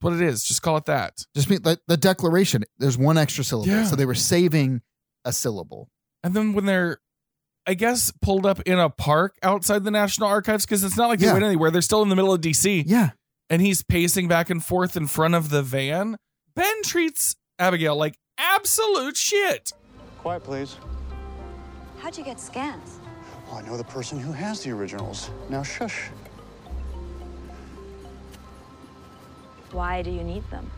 what it is. Just call it that.
Mm-hmm. Just mean the, the declaration. There's one extra syllable.
Yeah.
So they were saving a syllable.
And then when they're I guess pulled up in a park outside the National Archives because it's not like they
Yeah.
went anywhere. They're still in the middle of DC.
Yeah.
And he's pacing back and forth in front of the van. Ben treats Abigail like absolute shit.
Quiet, please.
How'd you get scans?
Well, Oh, I know the person who has the originals. Now shush.
Why do you need them?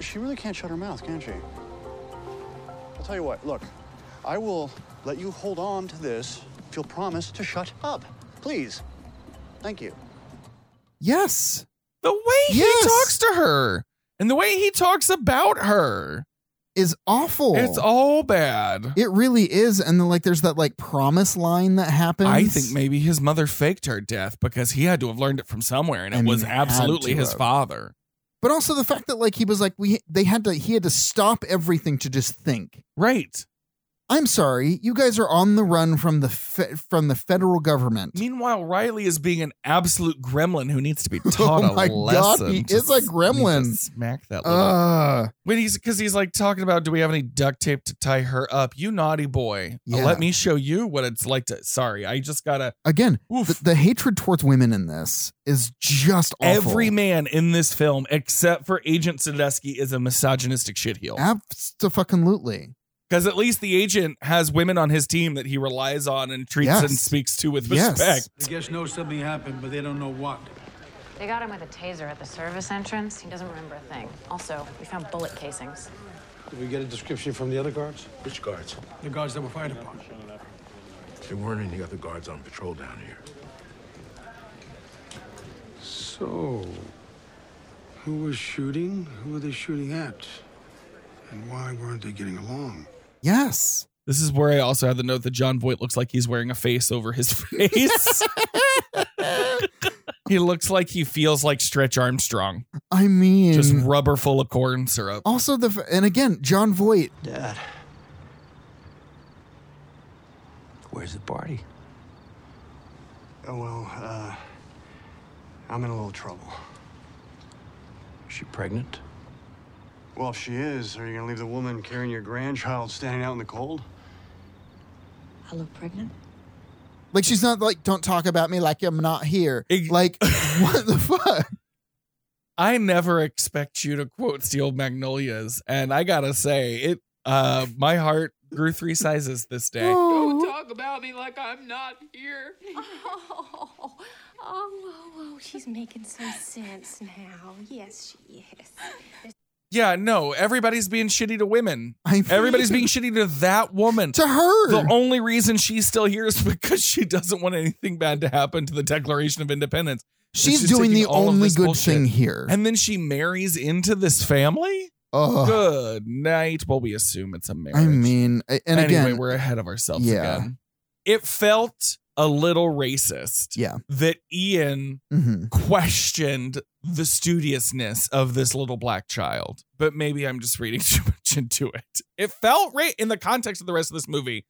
She really can't shut her mouth, can she? I'll tell you what, look, I will let you hold on to this if you'll promise to shut up. Please. Thank you.
Yes.
The way
Yes.
he talks to her and the way he talks about her.
Is awful.
It's all bad.
It really is. And then like there's that like promise line that happens.
I think maybe his mother faked her death because he had to have learned it from somewhere, and it
I mean,
was
had
absolutely
to
his
have.
father.
But also the fact that like he was like we they had to he had to stop everything to just think.
Right.
I'm sorry, you guys are on the run from the fe- from the federal government.
Meanwhile, Riley is being an absolute gremlin
(laughs)
who needs to be taught
Oh my
a
God,
lesson.
he
Just
is a
need to
gremlin.
Smack that. Little.
Uh,
when he's because he's like talking about, do we have any duct tape to tie her up? You naughty boy!
Yeah.
Let me show you what it's like to. Sorry, I just gotta.
again,
Oof.
the, the hatred towards women in this is just awful.
Every man in this film, except for Agent Sadesky, is a misogynistic shitheel.
Absolutely.
Because at least the agent has women on his team that he relies on and treats
Yes.
and speaks to with
Yes.
respect.
The guests know something happened, but they don't know what.
They got him with a taser at the service entrance. He doesn't remember a thing. Also, we found bullet casings.
Did we get a description from the other guards? Which guards? The guards that were fired upon.
There weren't any other guards on patrol down here.
So, who was shooting? Who were they shooting at? And why weren't they getting along?
Yes.
This is where I also had the note that John Voight looks like he's wearing a face over his
(laughs)
(laughs) face. he looks like he feels like Stretch Armstrong,
I mean,
just rubber full of corn syrup.
also the f- and again, John Voight.
Dad.
Where's the party?
Oh, well, uh, I'm in a little trouble.
Is she pregnant?
Well, if she is, are you going to leave the woman carrying your grandchild standing out in the cold?
I look pregnant.
Like she's not like don't talk about me like I'm not here. like (laughs) what the fuck?
I never expect you to quote Steel Magnolias, and I gotta say, it uh my heart grew three sizes this day.
Don't talk about me like I'm not here.
Oh, oh, oh, oh, she's making some sense now. Yes, she is.
Yeah, no, everybody's being shitty to women.
I (laughs)
everybody's
mean-
being shitty to that woman.
To her.
The only reason she's still here is (laughs) because she doesn't want anything bad to happen to the Declaration of Independence. And
She's doing the
taking all of
only
this
good
bullshit.
thing here.
And then she marries into this family?
Ugh.
Good night. Well, we assume it's a marriage.
I mean, a- and
anyway,
again,
we're ahead of ourselves
Yeah.
again. It felt a little racist
yeah.
that Ian
Mhm.
questioned the studiousness of this little black child. But maybe I'm just reading (laughs) too much into it. It felt right in the context of the rest of this movie.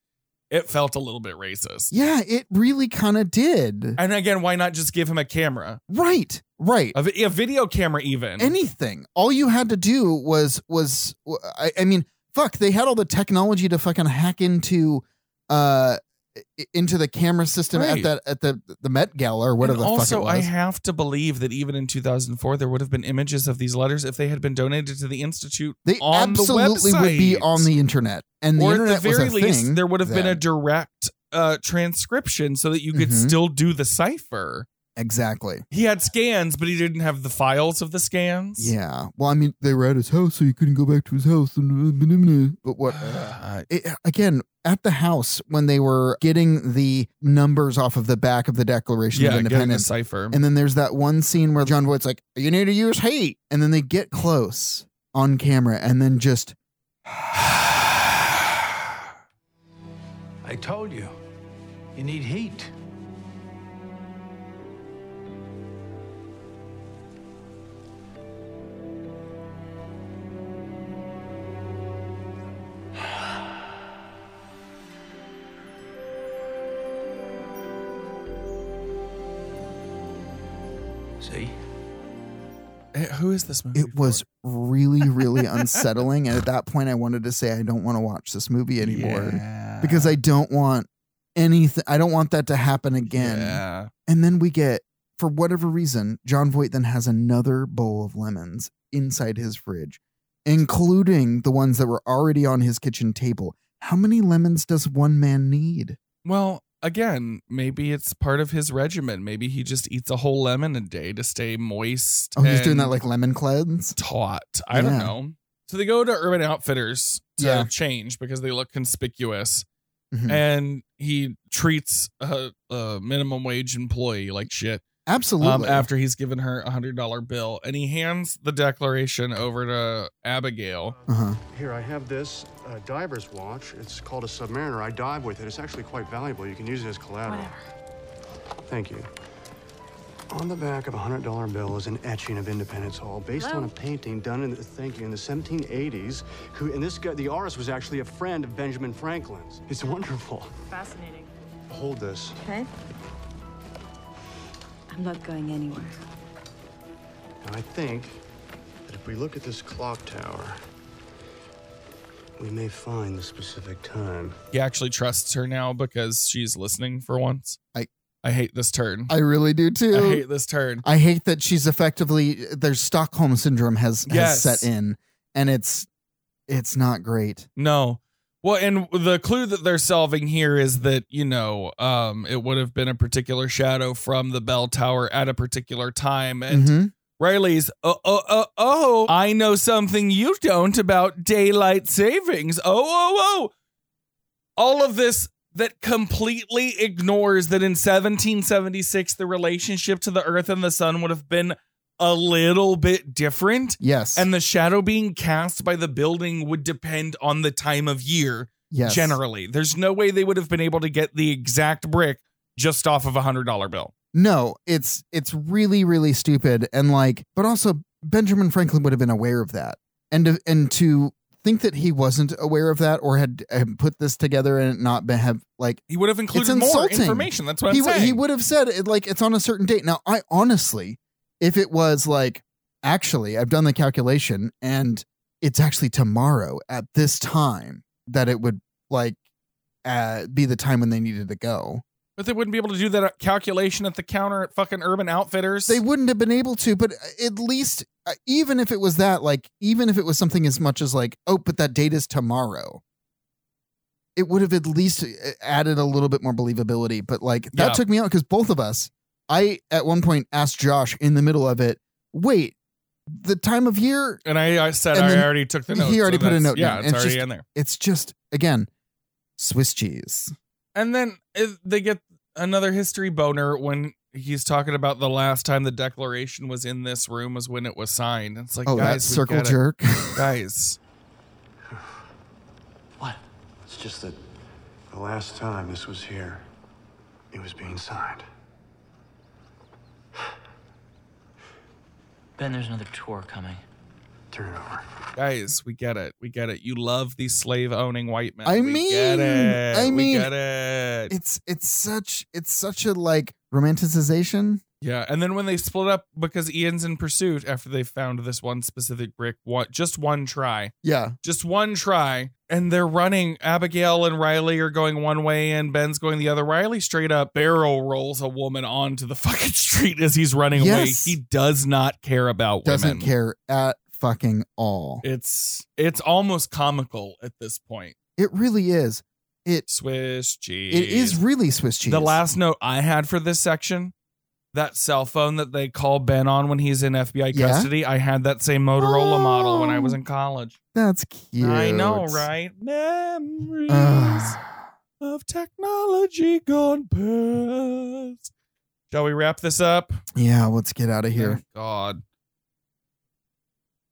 It felt a little bit racist.
Yeah, it really kind of did.
And again, why not just give him a camera,
Right. Right.
a, vi- a video camera, even?
anything. All you had to do was was I, I mean, fuck, they had all the technology to fucking hack into uh i- into the camera system
Right.
at that at the the Met Gala or whatever
And
the
also,
fuck it
I
was.
have to believe that even in 2004, there would have been images of these letters if they had been donated to the institute.
they
on the
absolutely would be
website.
on the internet, and the
or
internet
at the very
was a
least,
thing
there would have been a
then.
direct uh, transcription so that you could
Mhm.
still do the cipher.
exactly.
He had scans, but he didn't have the files of the scans.
Yeah. Well, I mean, they were at his house, so he couldn't go back to his house. and- uh, But
(sighs)
what?
Uh,
It- uh, again, at the house when they were getting the numbers off of the back of the Declaration of
yeah, getting the
Independence,
cipher.
And then there's that one scene where John Voight's like, "You need to use hate," and then they get close on camera, and then just
I told you, you need heat.
See?
who is this movie?
It was really,
(laughs)
really unsettling. And at that point, I wanted to say, I don't want to watch this movie anymore because I don't want anything. I don't want that to happen again.
Yeah.
And then we get, for whatever reason, John Voight then has another bowl of lemons inside his fridge, including the ones that were already on his kitchen table. How many lemons does one man need?
Well, again, maybe it's part of his regimen. Maybe he just eats a whole lemon a day to stay moist.
Oh, he's doing
and
that like lemon cleanse?
taut. I don't
Yeah.
know. So they go to Urban Outfitters to
Yeah.
change because they look conspicuous.
Mhm.
And he treats a, a minimum wage employee like shit. um,
Absolutely.
after he's given her a hundred dollar bill, and he hands the declaration over to Abigail.
Uh-huh.
Here, I have this uh, diver's watch. It's called a Submariner. I dive with it. It's actually quite valuable. You can use it as collateral. Thank you. On the back of a $100 bill is an etching of Independence Hall based
Hello?
on a painting done in the, thank you, in the 1780s. Who, and this guy, the artist, was actually a friend of Benjamin Franklin's. It's wonderful.
Fascinating.
Hold this.
Okay. I'm not going anywhere.
And I think that if we look at this clock tower, we may find the specific time.
He actually trusts her now because she's listening for once.
I
I hate this turn.
I really do too.
I hate this turn.
I hate that she's effectively there's Stockholm syndrome has,
Yes.
has set in and it's it's not great.
No. Well, and the clue that they're solving here is that, you know, um, it would have been a particular shadow from the bell tower at a particular time. And
Mhm.
Riley's, oh, oh, oh, oh, I know something you don't about daylight savings. Oh, oh, oh. All of this that completely ignores that in 1776, the relationship to the earth and the sun would have been a little bit different.
Yes.
And the shadow being cast by the building would depend on the time of year.
Yes.
Generally, there's no way they would have been able to get the exact brick just off of a hundred dollar bill.
No, it's it's really really stupid and like but also Benjamin Franklin would have been aware of that. And to, and to think that he wasn't aware of that or had, had put this together and it not been have like
He would have included
it's
more
insulting.
information. That's what I'm
he, w-
saying.
He would have said it like it's on a certain date. Now, I honestly, if it was like, actually, I've done the calculation and it's actually tomorrow at this time that it would like uh, be the time when they needed to go.
but they wouldn't be able to do that calculation at the counter at fucking Urban Outfitters.
They wouldn't have been able to, but at least uh, even if it was that, like even if it was something as much as like, oh, but that date is tomorrow. It would have at least uh, added a little bit more believability, but like that
Yeah.
took me out because both of us, I at one point asked Josh in the middle of it, wait, the time of year
and I, I said
And
I
then
already took the note.
He already
so
put a
that's-
note.
Yeah,
down.
it's already
just,
in there.
It's just again, Swiss cheese.
And then uh, they get another history boner when he's talking about the last time the declaration was in this room was when it was signed. It's like,
oh, that
guys, we
circle
get it. (laughs)
jerk.
guys.
It's just that the last time this was here, it was being signed.
Ben, there's another tour coming.
Turn it over.
Guys, we get it. We get it. You love these slave owning white men.
I
We
mean,
get it.
I
we
mean,
get it.
it's it's such it's such a like romanticization.
Yeah, and then when they split up because Ian's in pursuit after they found this one specific brick, what just one try,
Yeah,
just one try, and they're running. Abigail and Riley are going one way, and Ben's going the other. Riley straight up barrel rolls a woman onto the (laughs) fucking street as he's running
Yes.
away. He does not care about
doesn't
women.
care at fucking all.
It's it's almost comical at this point.
It really is. It
Swiss cheese.
it is really Swiss cheese.
The last note I had for this section, that cell phone that they call Ben on when he's in FBI
Yeah?
custody, I had that same Motorola model when I was in college.
That's cute.
I know, right? Memories
Ugh.
of technology gone past. Shall we wrap this up?
yeah, let's get out of here.
Thank God.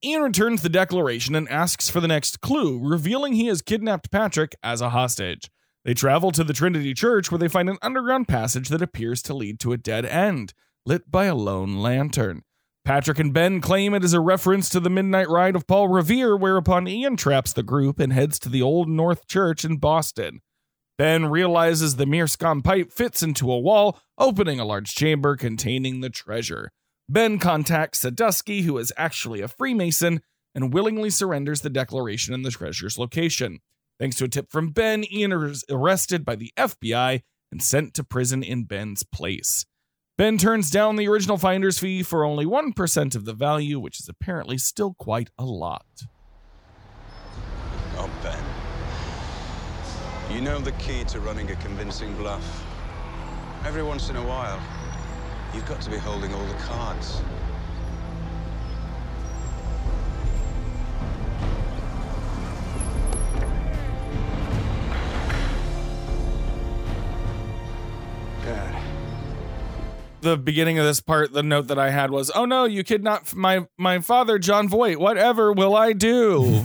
Ian returns the declaration and asks for the next clue, revealing he has kidnapped Patrick as a hostage. They travel to the Trinity Church where they find an underground passage that appears to lead to a dead end, lit by a lone lantern. Patrick and Ben claim it is a reference to the midnight ride of Paul Revere, whereupon Ian traps the group and heads to the Old North Church in Boston. Ben realizes the meerschaum pipe fits into a wall, opening a large chamber containing the treasure. Ben contacts Sadusky, who is actually a Freemason, and willingly surrenders the declaration in the treasure's location. Thanks to a tip from Ben, Ian is arrested by the FBI and sent to prison in Ben's place. Ben turns down the original finder's fee for only 1% of the value, which is apparently still quite a lot.
Oh, Ben. You know the key to running a convincing bluff. Every once in a while, you've got to be holding all the cards.
Dad.
The beginning of this part, the note that I had was, "Oh no, you kidnapped my my father, John Voight. Whatever will
(laughs)
I do?"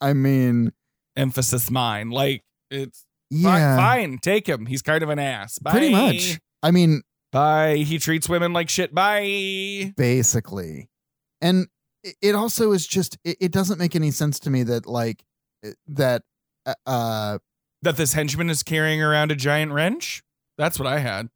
I mean,
Emphasis mine. Like it's fi-
Yeah.
fine, take him. He's kind of an ass. Bye.
pretty much. I mean,
Bye. He treats women like shit. Bye.
basically. And i- it also is just it, it doesn't make any sense to me that like i- that uh, uh (laughs)
That this henchman is carrying around a giant wrench. That's what I had.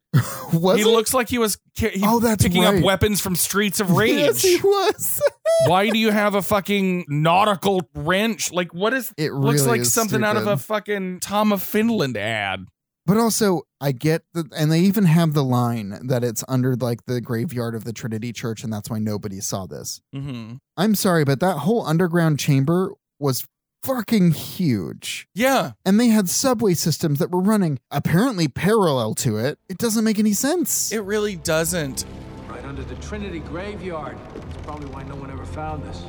was
he
it?
looks like he was ca- he
Oh, that's
picking
right.
up weapons from streets of rage.
(laughs) Yes, he was.
Why do you have a fucking nautical wrench? Like, what is?
It
looks
really
like
is
something out of
stupid.
a fucking Tom of Finland ad.
But also, I get that, and they even have the line that it's under like the graveyard of the Trinity Church, and that's why nobody saw this.
Mm-hmm.
I'm sorry, but that whole underground chamber was fucking huge.
Yeah,
And they had subway systems that were running apparently parallel to it. It doesn't make any sense.
it really doesn't.
Right under the Trinity graveyard. That's probably why no one ever found us.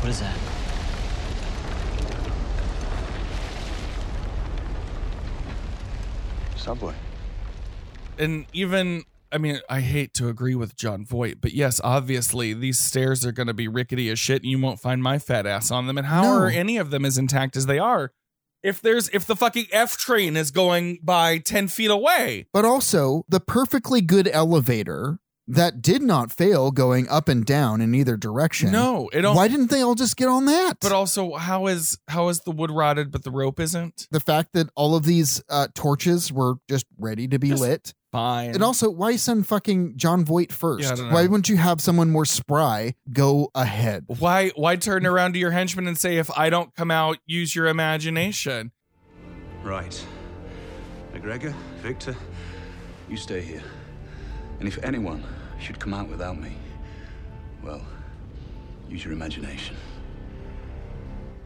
What is that?
Subway.
And even, I mean, I hate to agree with John Voight, but yes, obviously these stairs are going to be rickety as shit, and you won't find my fat ass on them. And how
No.
are any of them as intact as they are? If there's if the fucking F train is going by ten feet away,
But also, the perfectly good elevator that did not fail going up and down in either direction.
no, it don't.
Why didn't they all just get on that?
But also, how is how is the wood rotted, but the rope isn't?
the fact that all of these uh, torches were just ready to be
Just
lit.
Fine.
And also, why send fucking John Voight first?
Yeah, I don't know.
why wouldn't you have someone more spry go ahead?
why why turn around to your henchman and say, if I don't come out, use your imagination?
Right. McGregor, Victor, you stay here. And if anyone should come out without me, well, use your imagination.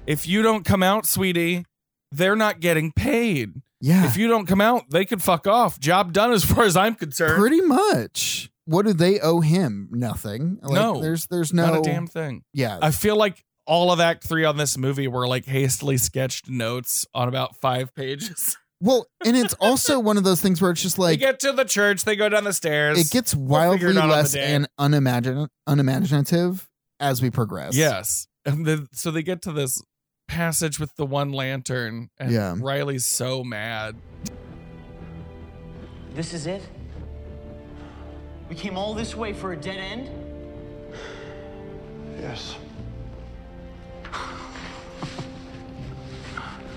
If you don't come out, sweetie, they're not getting paid.
Yeah,
If you don't come out, they could fuck off. Job done as far as I'm concerned.
pretty much. What do they owe him? Nothing. Like,
No.
there's there's no
Not a damn thing.
yeah.
I feel like all of Act Three on this movie were like hastily sketched notes on about five pages. (laughs)
well, and it's also one of those things where it's just
They
like
get to the church, they go down the stairs.
it gets
figure
wildly
it out on the
less
day.
and unimagin- unimaginative as we progress.
Yes. And then so they get to this passage with the one lantern, and
Yeah.
Riley's so mad.
This is it? We came all this way for a dead end?
Yes.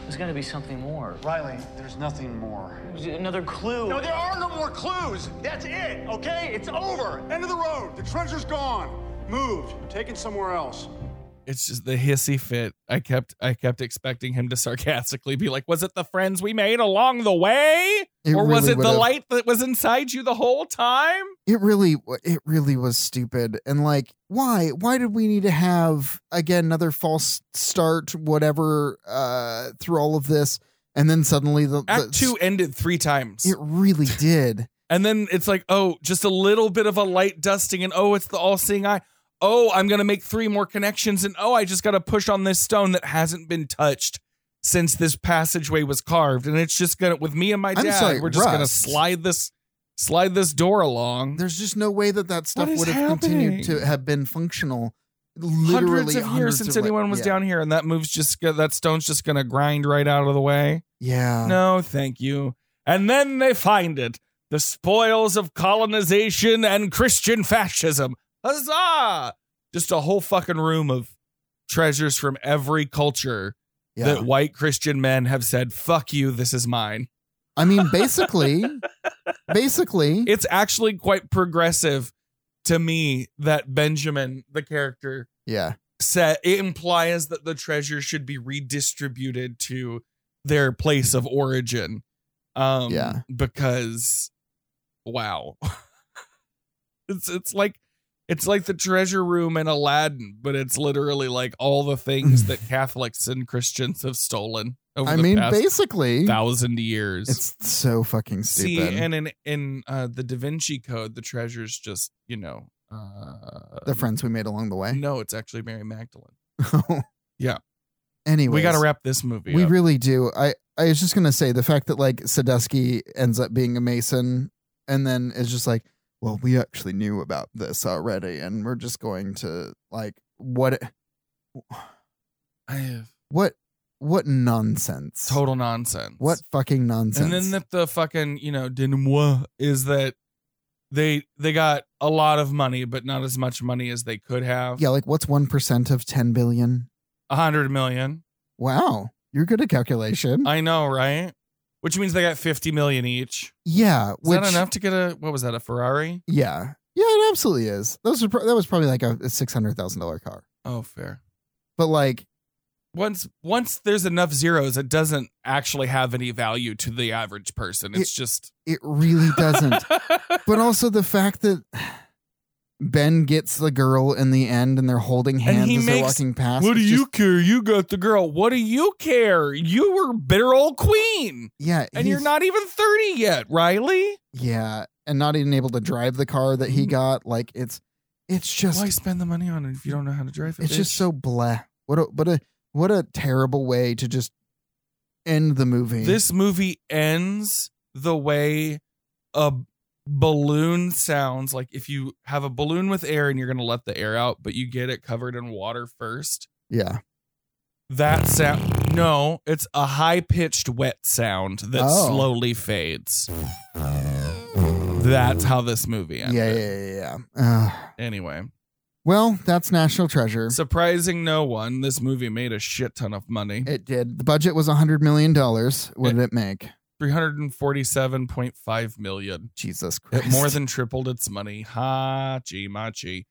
There's gotta be something more.
Riley, there's nothing more.
Another clue.
No, there are no more clues. That's it, okay? It's over.
End of the road. The treasure's gone. Moved. Taken somewhere else.
It's just the hissy fit. I kept I kept expecting him to (laughs) sarcastically be like, "Was it the friends we made along the way,
It
or was
really
it the
would've-
light that was inside you the whole time?"
it really it really was stupid and like why why did we need to have again another false start whatever uh through all of this and then suddenly the, the-
Act two ended three times,
it
(laughs)
really did
and then it's like, "Oh, just a little bit of a light dusting," and "Oh, it's the all-seeing eye." Oh, I'm gonna make three more connections, and oh, I just gotta push on this stone that hasn't been touched since this passageway was carved, and it's just gonna with me and my
I'm
dad,
sorry,
we're just gonna
rust.
slide this slide this door along.
there's just no way that that stuff
What is
would have continued
happening?
to have been functional literally
hundreds of years since
of-
anyone was
yeah.
down here, and that move's just go- that stone's just gonna grind right out of the way.
yeah
no, thank you. And then they find it, the spoils of colonization and Christian fascism. Huzzah! Just a whole fucking room of treasures from every culture
yeah
that white Christian men have said, "Fuck you, this is mine."
I mean,
(laughs)
basically, basically,
it's actually quite progressive to me that Benjamin, the character,
yeah,
said it implies that the treasure should be redistributed to their place of origin. Um,
Yeah.
because wow, (laughs) it's it's like it's like the treasure room in Aladdin, but it's literally like all the things
(laughs)
that Catholics and Christians have stolen over
I
the
mean,
past
basically,
thousand years.
it's so fucking
See,
stupid.
and in in uh, the Da Vinci Code, the treasure's just you know uh,
the friends we made along the way.
No, it's actually Mary Magdalene.
yeah.
(laughs) Yeah.
Anyway,
we got to wrap this movie.
We
up.
really do. I I was just gonna say the fact that like Sadusky ends up being a Mason, and then is just like, well, we actually knew about this already, and we're just going to like what
I have
what what nonsense.
total nonsense.
What fucking nonsense.
And then that the fucking you know denouement is that they they got a lot of money, but not as much money as they could have.
yeah, like what's one percent of ten billion?
a hundred million.
Wow, you're good at calculation.
I know, right? Which means they got fifty million each.
yeah,
Is
which
that enough to get a what was that a Ferrari?
yeah, yeah, it absolutely is. Those are pro- that was probably like a, a six hundred thousand dollar car,
Oh, fair.
but like
once once there's enough zeros, it doesn't actually have any value to the average person. It's
It-
just
it really
(laughs)
doesn't. but also the fact that Ben gets the girl in the end, and they're holding hands
he
as they're
makes-
walking past.
what do
It's
you
just-
care? You got the girl. What do you care? You were bitter old queen,
Yeah,
and you're
he's-
not even thirty yet, Riley.
Yeah, and not even able to drive the car that he got. Like it's, it's just,
Mm-hmm. Why spend the money on it if you don't know how to drive it?
it's just
bitch?
so blah. What a what a what a terrible way to just end the movie.
This movie ends the way a balloon sounds like if you have a balloon with air and you're going to let the air out, but you get it covered in water first.
yeah,
That sound. No, it's a high pitched wet sound that
Oh.
slowly fades. That's how this movie
yeah,
ends.
yeah, yeah, yeah. yeah. Ugh.
Anyway,
well, that's National Treasure.
surprising no one, this movie made a shit ton of money.
it did. The budget was hundred million dollars. What did it make?
347.5 million.
Jesus Christ!
It more than tripled its money. Ha, gee, machi.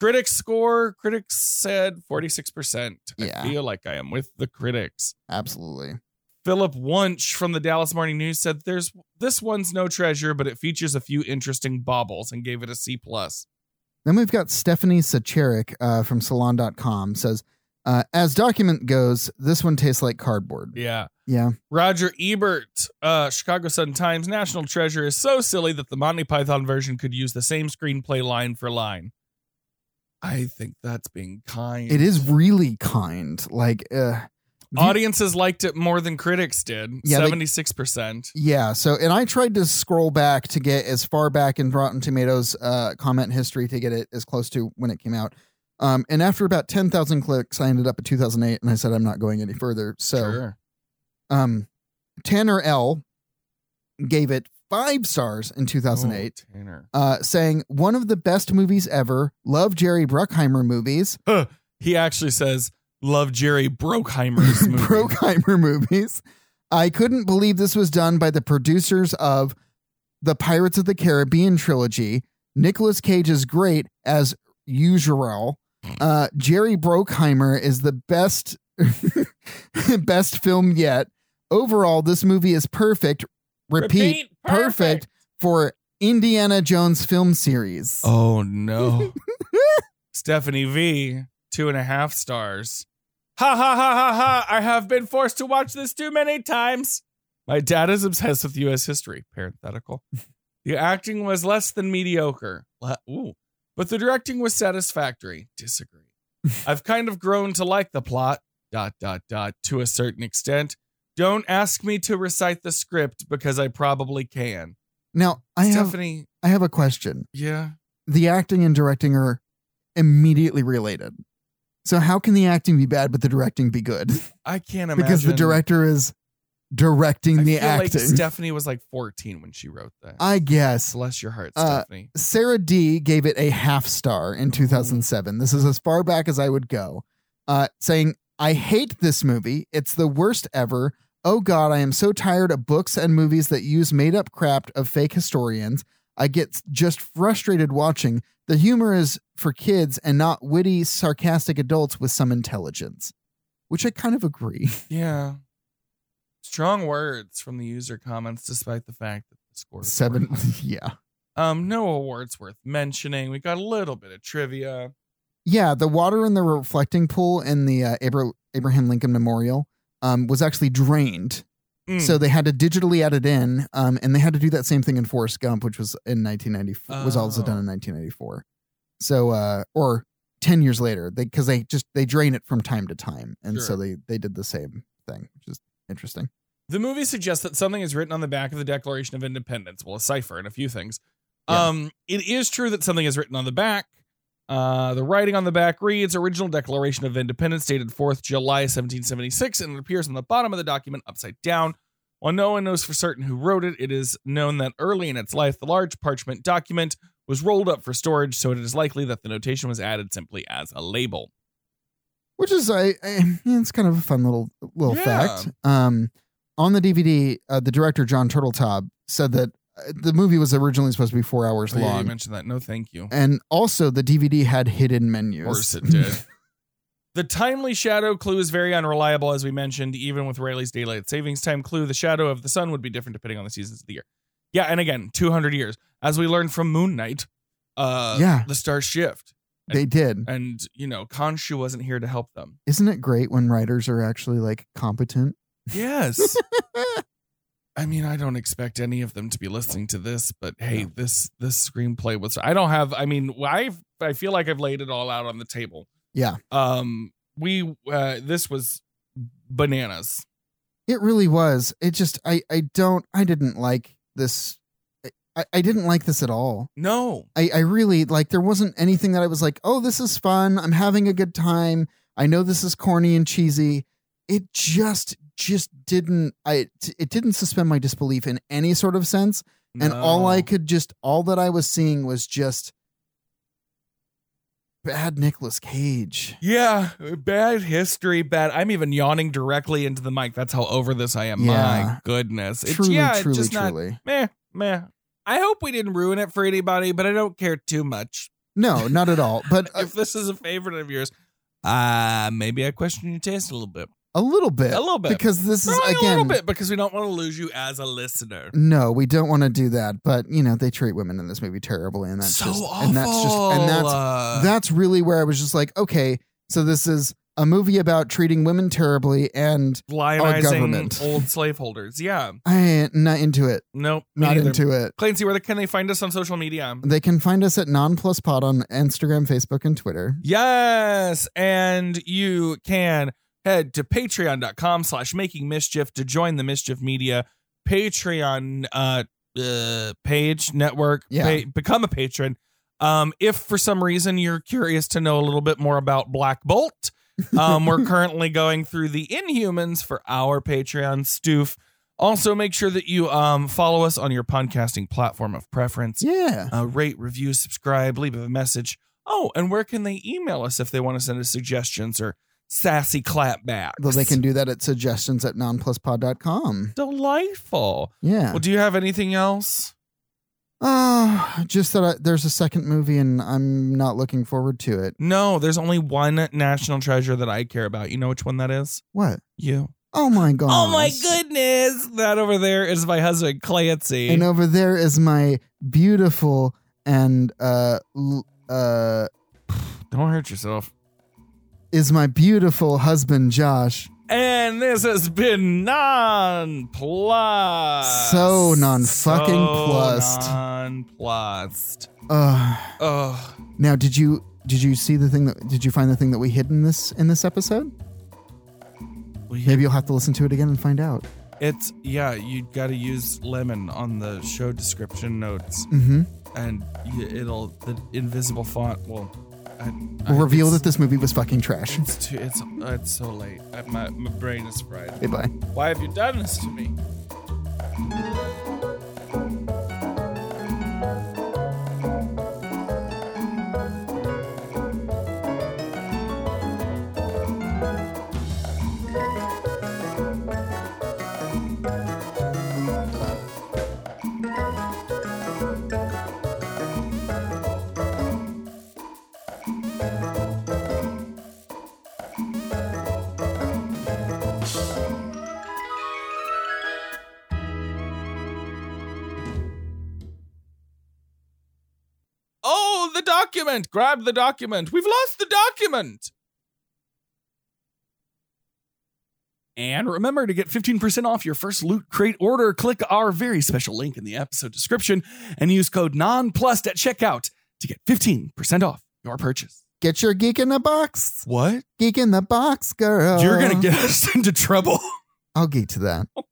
Critics score, critics said 46%.
Yeah.
I feel like I am with the critics.
absolutely.
Philip Wunsch from the Dallas Morning News said there's this one's no treasure, but it features a few interesting baubles and gave it a C plus.
Then we've got Stephanie Sacherik uh, from salon.com says, uh, as document goes, this one tastes like cardboard.
Yeah.
Yeah.
Roger Ebert, uh, Chicago Sun Times, National Treasure is so silly that the Monty Python version could use the same screenplay line for line. I think that's being kind.
It is really kind. Like, uh, the-
Audiences liked it more than critics did.
Yeah, they-
Seventy-six percent.
yeah. So, and I tried to scroll back to get as far back in Rotten Tomatoes uh, comment history to get it as close to when it came out. Um, and after about 10,000 clicks, I ended up at 2008 and I said, I'm not going any further. So,
Sure.
um, Tanner L gave it five stars in 2008.
Oh, Tanner.
uh, saying one of the best movies ever. Love Jerry Bruckheimer movies,
Huh. He actually says, "Love
(laughs)
Jerry Brokeheimer's movie."
Bruckheimer movies. I couldn't believe this was done by the producers of the Pirates of the Caribbean trilogy. Nicolas Cage is great as usual. Uh, Jerry Bruckheimer is the best (laughs) best film yet. Overall, this movie is perfect. Repeat,
Repeat,
perfect.
perfect.
for Indiana Jones film series. (laughs)
Oh no. Stephanie V, two and a half stars. Ha ha ha ha ha. I have been forced to watch this too many times. My dad is obsessed with US history.
(laughs)
Parenthetical. the acting was less than mediocre. Le- Ooh. But the directing was satisfactory.
(laughs)
Disagree. I've kind of grown to like the plot. Dot dot dot to a certain extent. Don't ask me to recite the script because I probably can.
Now, I have
Stephanie,
I have a question.
yeah.
The acting and directing are immediately related. So how can the acting be bad but the directing be good? (laughs)
I can't imagine
because the director is directing
I
the
feel
acting.
Like Stephanie was like 14 when she wrote that.
I guess.
Bless your heart,
Uh,
Stephanie.
Sarah D gave it a half star in 2007. This is as far back as I would go. Uh, saying, I hate this movie. It's the worst ever. Oh God, I am so tired of books and movies that use made up crap of fake historians. I get just frustrated watching. The humor is for kids and not witty, sarcastic adults with some intelligence, which I kind of agree.
Yeah. Strong words from the user comments, despite the fact that the score is
Seven,
horrible.
(laughs) yeah.
Um, no awards worth mentioning. We got a little bit of trivia.
Yeah, the water in the reflecting pool in the uh, Abra- Abraham Lincoln Memorial um, was actually drained.
Mm.
So they had to digitally add it in, um, and they had to do that same thing in Forrest Gump, which was in 1994, was also
Oh.
done in 1994. So, uh, or 10 years later, they because they just they drain it from time to time, and so
Sure.
they they did the same thing, which is interesting.
The movie suggests that something is written on the back of the Declaration of Independence. Well, a cipher and a few things.
Yeah.
Um, it is true that something is written on the back. Uh, the writing on the back reads Original Declaration of Independence, dated 4th July 1776, and it appears on the bottom of the document upside down. While no one knows for certain who wrote it, it is known that early in its life, the large parchment document was rolled up for storage, so it is likely that the notation was added simply as a label.
which is I, I yeah, it's kind of a fun little little
Yeah.
fact. Um, on the DVD, uh, the director John Turteltaub said that uh, the movie was originally supposed to be four hours
Oh, yeah, you
long,
mentioned that. No, thank you.
and also the DVD had hidden menus.
Of
(laughs)
course it did. the timely shadow clue is very unreliable, as we mentioned, even with Rayleigh's daylight savings time clue. The shadow of the sun would be different depending on the seasons of the year. Yeah, and again, 200 years. As we learned from Moon Knight, uh,
Yeah.
the stars shift.
they did.
And, you know, Khonshu wasn't here to help them.
Isn't it great when writers are actually like competent?
(laughs) Yes. I mean, I don't expect any of them to be listening to this, but hey, this this screenplay was. I don't have. I mean, I I feel like I've laid it all out on the table.
Yeah,
um we uh this was bananas
it really was. It just I I don't I didn't like this. I, I didn't like this at all.
no
I, I really like there wasn't anything that I was like, oh, this is fun. I'm having a good time. I know this is corny and cheesy. It just just didn't I it didn't suspend my disbelief in any sort of sense. And all
No.
I could just all that I was seeing was just bad Nicolas Cage.
yeah bad history bad i'm even yawning directly into the mic that's how over this i am
Yeah.
my goodness it's
truly,
yeah, it's
truly,
just not
truly.
meh meh i hope we didn't ruin it for anybody but i don't care too much
No, not at all.
(laughs)
But uh,
if this is a favorite of yours uh maybe i question your taste a little bit
a little bit.
a little bit
Because this is
Only a
again
little bit because we don't want to lose you as a listener
No, we don't want to do that. But you know, they treat women in this movie terribly, and that's
So
just, and that's just,
awful.
and that's
Uh.
that's really where I was just like, okay, so this is a movie about treating women terribly and our
lionizing
government.
old slaveholders yeah
I ain't not into it.
nope me
Not
neither.
into it.
Clancy, where can they find us on social media?
They can find us at nonpluspod on Instagram, Facebook, and Twitter.
Yes, and you can head to patreon.com slash making mischief to join the mischief media Patreon uh, uh page network.
Yeah.
Pa- become a patron. Um, if for some reason you're curious to know a little bit more about Black Bolt, um, we're currently going through the Inhumans for our Patreon stoof. Also, make sure that you um, follow us on your podcasting platform of preference.
Yeah.
Uh, rate, review, subscribe, leave a message. Oh, and where can they email us if they want to send us suggestions or sassy clapbacks?
Though they can do that at suggestions at nonpluspod.com.
Delightful.
Yeah.
Well, do you have anything else?
Ah, just that I, there's a second movie and I'm not looking forward to it.
No, there's only one national treasure that I care about. You know which one that is?
What?
You.
Oh my god.
Oh my goodness. That over there is my husband, Clancy.
And over there is my beautiful and uh l- uh
Don't hurt yourself.
is my beautiful husband Josh.
And this has been non plus.
So non-fucking plussed.
Non plussed.
Uh
Oh,
now did you did you see the thing that did you find the thing that we hid in this in this episode? Maybe you'll have to listen to it again and find out.
it's yeah. You got to use lemon on the show description notes,
Mhm.
and y- it'll the invisible font will. I,
We'll
I-
reveal
it's-
that this movie was fucking trash. (laughs)
It's too. It's oh, it's so late. I, my my brain is fried.
Hey, bye.
Why have you done this to me? Oh, the document! Grab the document! We've lost the document! And remember to get 15% off your first Loot Crate order. Click our very special link in the episode description and use code NONPLUSED at checkout to get 15% off your purchase.
Get your geek in the box.
What?
Geek in the box, girl.
You're going to get us (laughs) into trouble.
I'll get to that.